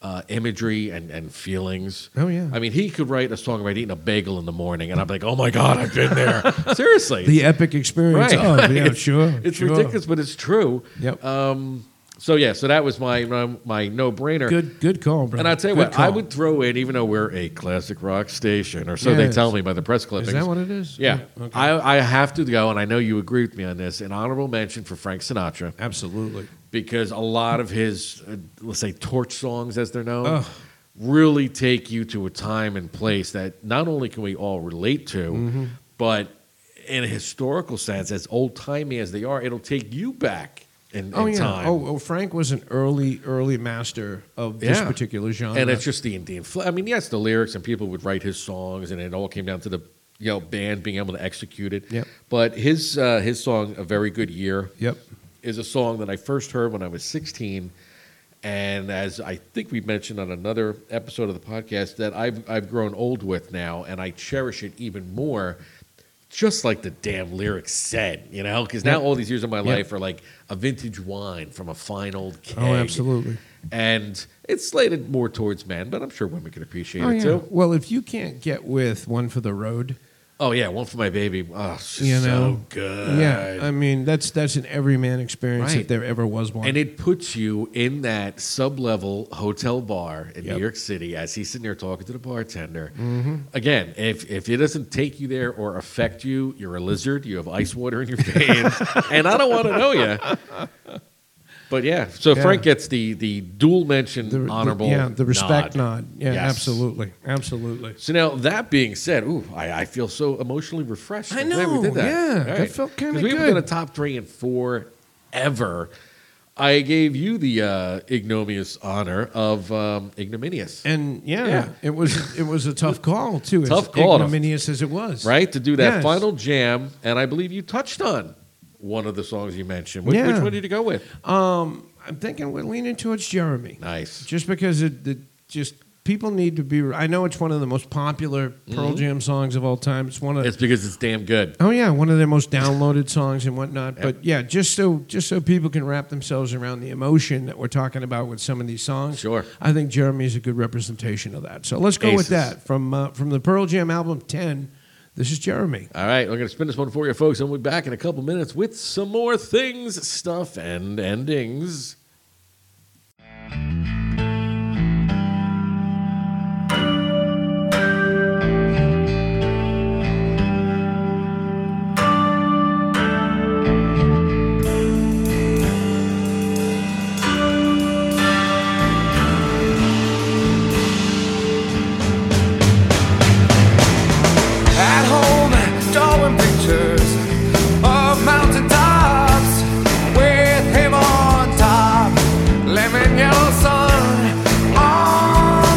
uh, imagery and, and feelings.
Oh, yeah.
I mean, he could write a song about eating a bagel in the morning, and I'm like, oh my god, I've been there. Seriously,
The epic experience.
Right.
Oh,
Right.
yeah,
It's-
sure.
It's
sure.
ridiculous, but it's true.
Yep.
Um, so yeah, so that was my my, my no brainer.
Good, good call, brother.
And I tell you
Good
what, I
call.
would throw in, even though we're a classic rock station, or so
Yeah,
they
it's-
tell me by the press clippings.
that what it is?
Yeah,
Yeah, okay.
I, I have to go, and I know you agree with me on this. An honorable mention for Frank Sinatra
Absolutely.
because a lot of his, uh, let's say, torch songs, as they're known,
Ugh.
really take you to a time and place that not only can we all relate to,
Mm-hmm.
but in a historical sense, as old timey as they are, it'll take you back in, in
Oh, yeah.
time.
Oh, oh, Frank was an early, early master of this
Yeah.
particular genre.
And it's just the Indian flag. I mean, yes, the lyrics and people would write his songs, and it all came down to the you know band being able to execute it.
Yep.
But his uh, his song "A Very Good Year"
Yep.
is a song that I first heard when I was 16, and as I think we mentioned on another episode of the podcast, that I've I've grown old with now, and I cherish it even more. Just like the damn lyrics said, you know, because now
Yep.
all these years of my
Yep.
life are like a vintage wine from a fine old keg.
Oh, absolutely.
And it's slated more towards men, but I'm sure women can
Oh,
appreciate it too.
Well, if you can't get with one for the road,
Oh yeah, one for my baby. Oh, she's
you
so
know,
good.
Yeah, I mean that's that's an everyman experience
Right.
if there ever was one.
and it puts you in that sub-level hotel bar in
Yep.
New York City as he's sitting there talking to the bartender. Again, if if it doesn't take you there or affect you, you're a lizard. You have ice water in your veins, and I don't want to know you. But yeah, so
Yeah.
Frank gets the the dual mention
The- the-
honorable.
yeah, the respect
nod.
nod. Yeah,
Yes.
absolutely, absolutely.
So now that being said, ooh, I, I feel so emotionally refreshed.
I
I'm glad we
know,
did that.
yeah,
All
that felt kinda
'Cause We haven't
good.
done a top three and four ever. I gave you the uh, ignominious honor of um, ignominious,
And yeah,
Yeah.
it was it was a tough call too.
Tough
as
call.
ignominious as it was.
right? To do that
Yes.
final jam, and I believe you touched on one of the songs you mentioned. Which,
Yeah.
which one did you go with?
Um, I'm thinking we're leaning towards Jeremy,
Nice.
just because it, it just people need to be. I know it's one of the most popular Pearl Jam songs of all time. It's one of
Mm-hmm. It's because it's damn good.
Oh yeah, one of their most downloaded songs and whatnot.
Yep.
But yeah, just so just so people can wrap themselves around the emotion that we're talking about with some of these songs.
Sure.
I think Jeremy is a good representation of that. So let's go
Aces.
with that from uh, from the Pearl Jam album Ten. This is Jeremy.
All right, we're going to spin this one for you, folks, and we'll be back in a couple minutes with some more things, stuff, and endings.
At home, drawing pictures of mountaintops with him on top. Lemon yellow sun. oh,
Oh,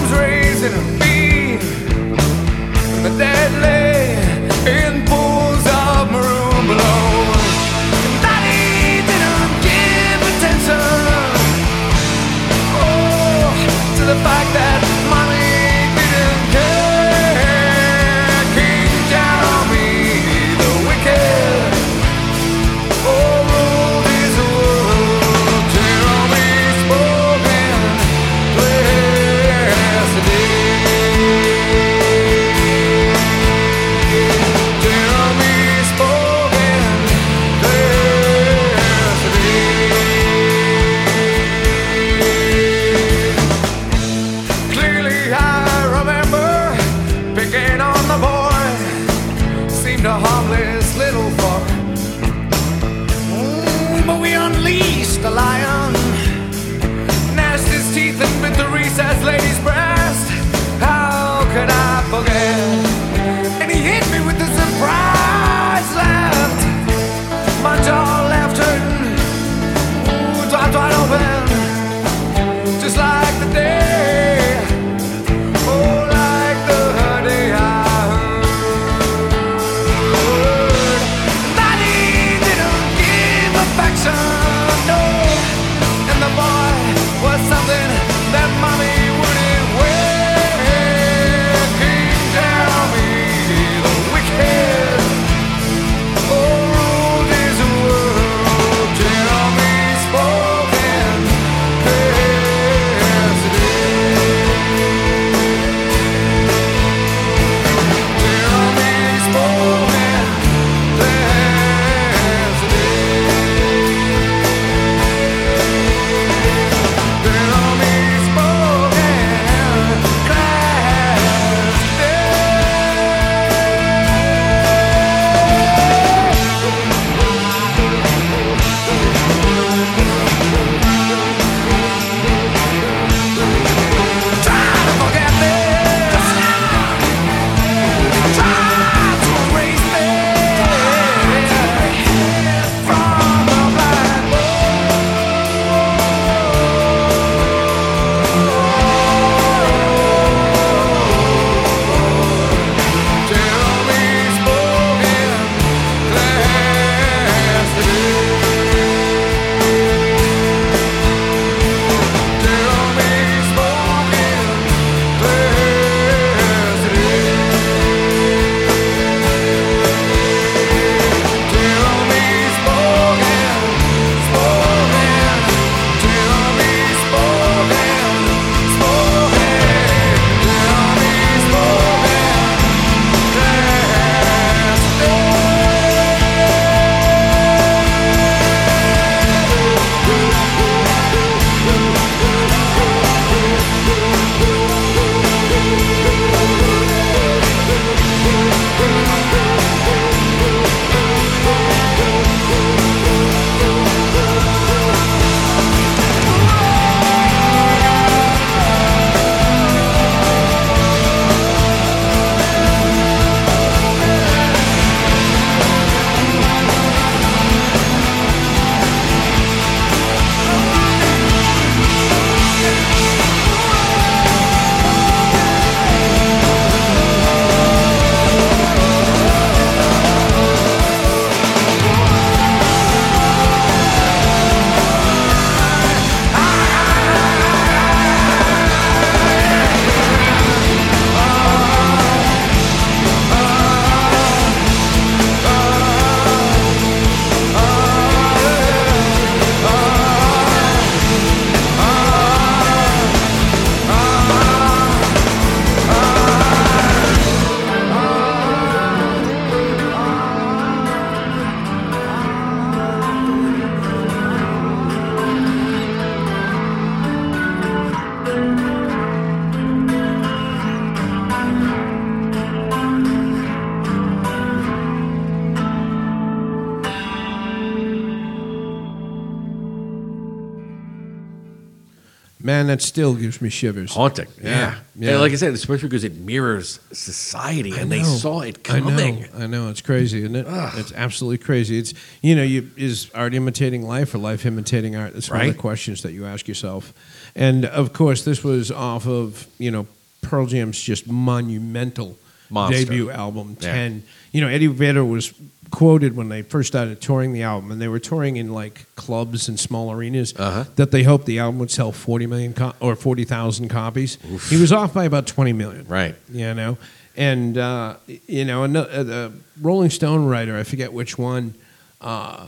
man, that still gives me shivers.
Haunting.
Yeah. yeah.
And like I said, especially because it mirrors society and they
know.
saw it
I know.
coming.
I know, it's crazy, isn't it? It's absolutely crazy. It's you know, you is art imitating life or life imitating art? That's one of
Right.
the questions that you ask yourself. And of course, this was off of you know Pearl Jam's just monumental
Monster.
debut album
Yeah.
ten. You know, Eddie Vedder was quoted when they first started touring the album, and they were touring in like clubs and small arenas
Uh-huh.
that they hoped the album would sell forty million co- or forty thousand copies. He was off by about twenty million
Right.
you know and uh, you know ano- uh, the rolling stone writer i forget which one uh,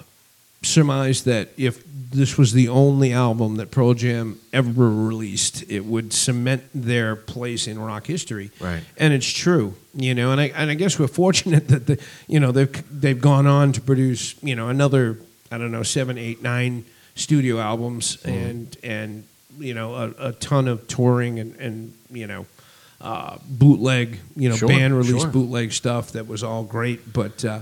surmised that if this was the only album that pearl jam ever released it would cement their place in rock history
Right.
and it's true you know and i, and I guess we're fortunate that the, you know they've, they've gone on to produce you know another i don't know seven eight nine studio albums
Mm-hmm.
and and you know a, a ton of touring and and you know uh, bootleg, you know,
Sure,
band release
sure.
bootleg stuff that was all great. But uh,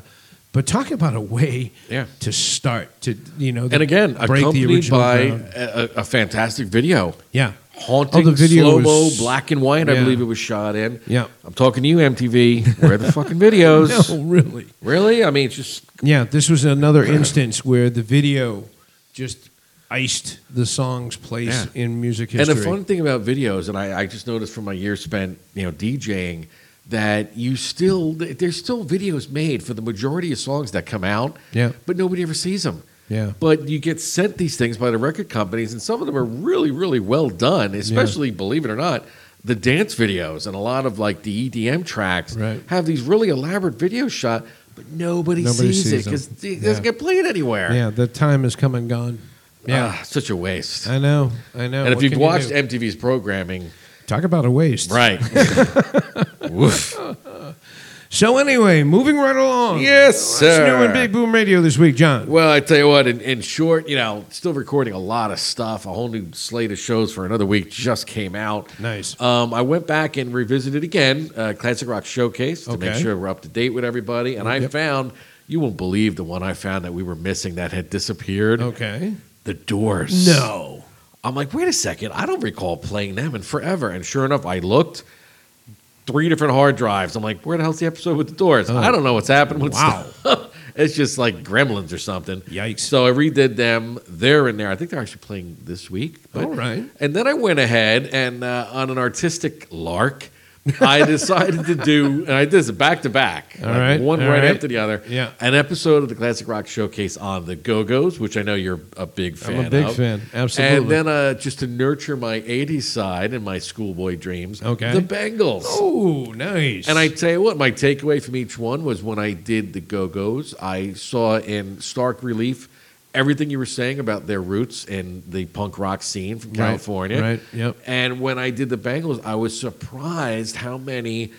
but talk about a way
Yeah.
to start to you know
And again,
break the
accompanied
original
by
ground.
a, a a fantastic video.
yeah
Haunting,
Oh, the video
slow mo,
was-
black and white. I
Yeah.
believe it was shot in.
Yeah.
I'm talking to you, MTV. Where are the fucking videos?
no really
Really? I mean, it's just
yeah this was another instance where the video just iced the song's place
Yeah.
in music history.
And the fun thing about videos, and I, I just noticed from my years spent, you know, DJing, that you still there's still videos made for the majority of songs that come out.
Yeah.
But nobody ever sees them.
Yeah.
But you get sent these things by the record companies, and some of them are really, really well done. Especially, believe it or not, the dance videos and a lot of like the EDM tracks
Right.
have these really elaborate video shot, but nobody,
Nobody
sees,
sees
it
them.
because it
Yeah.
doesn't get played anywhere.
yeah, the time has come and gone. Yeah,
Ah, such a waste.
I know, I know.
and if
What
you've
can you
watched
do?
MTV's programming,
talk about a waste,
Right.
Oh,
Woof.
So anyway, moving right along.
Yes, sir.
What's new in Big Boom Radio this week, John?
Well, I tell you what, in, in short, you know, still recording a lot of stuff. A whole new slate of shows for another week just came out.
Nice.
Um, I went back and revisited again uh, Classic Rock Showcase to make
Okay.
sure we're up to date with everybody. And I
Yep.
found, you won't believe the one I found that we were missing that had disappeared
Okay.
The Doors. No. I'm like, wait a second. I don't recall playing them in forever. And sure enough, I looked. Three different hard drives. I'm like, where the hell's the episode with the doors? I don't know what's happened. With
Oh. Wow.
stuff. it's just like gremlins or something.
Yikes.
So I redid them. They're in there. I think they're actually playing this week.
All right.
And then I went ahead and uh, on an artistic lark, I decided to do, and I did this back to back,
All right,
one
all
right,
right.
after the other.
Yeah.
An episode of the Classic Rock Showcase on the Go Go's, which I know you're a big fan.
I'm a big
of.
fan. Absolutely.
And then uh, just to nurture my '80s side and my schoolboy dreams,
Okay.
the Bengals.
oh, nice.
And I tell you what, my takeaway from each one was when I did the Go Go's, I saw in stark relief everything you were saying about their roots in the punk rock scene from
Right,
California.
right, yep.
And when I did the Bengals, I was surprised how many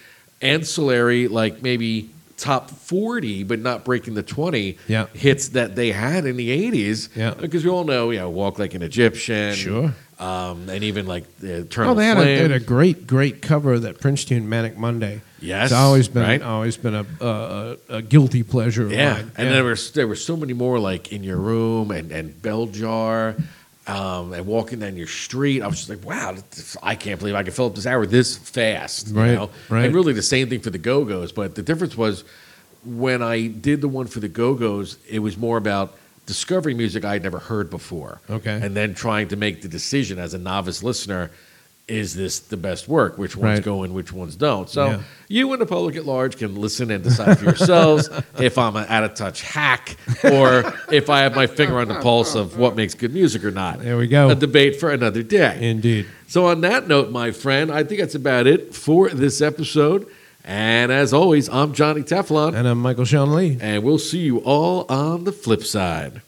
ancillary, like maybe top 40, but not breaking the 20
Yeah.
hits that they had in the 80s.
Yeah.
Because we all know, you know, Walk Like an Egyptian.
Sure.
Um, and even like the Eternal
oh, they had, a,
Flame.
they had a great, great cover of that Prince tune, Manic Monday.
Yes,
it's always been
right?
always been a, a, a, a guilty pleasure. of
Yeah,
mine.
and there were there were so many more like in your room and and bell jar, um, and walking down your street. I was just like, wow, this- I can't believe I could fill up this hour this fast.
Right,
you know?
right.
And really, the same thing for the Go Go's, but the difference was when I did the one for the Go Go's, it was more about discovering music I had never heard before.
Okay.
and then trying to make the decision as a novice listener. Is this the best work? Which ones
Right.
go in, which ones don't? So
Yeah.
you and the public at large can listen and decide for yourselves if I'm an out of touch hack or if I have my finger on the pulse of what makes good music or not.
There we go.
A debate for another day.
indeed.
So, on that note, my friend, I think that's about it for this episode. And as always, I'm Johnny Teflon,
And I'm Michael Sean uh, Lee.
and we'll see you all on the flip side.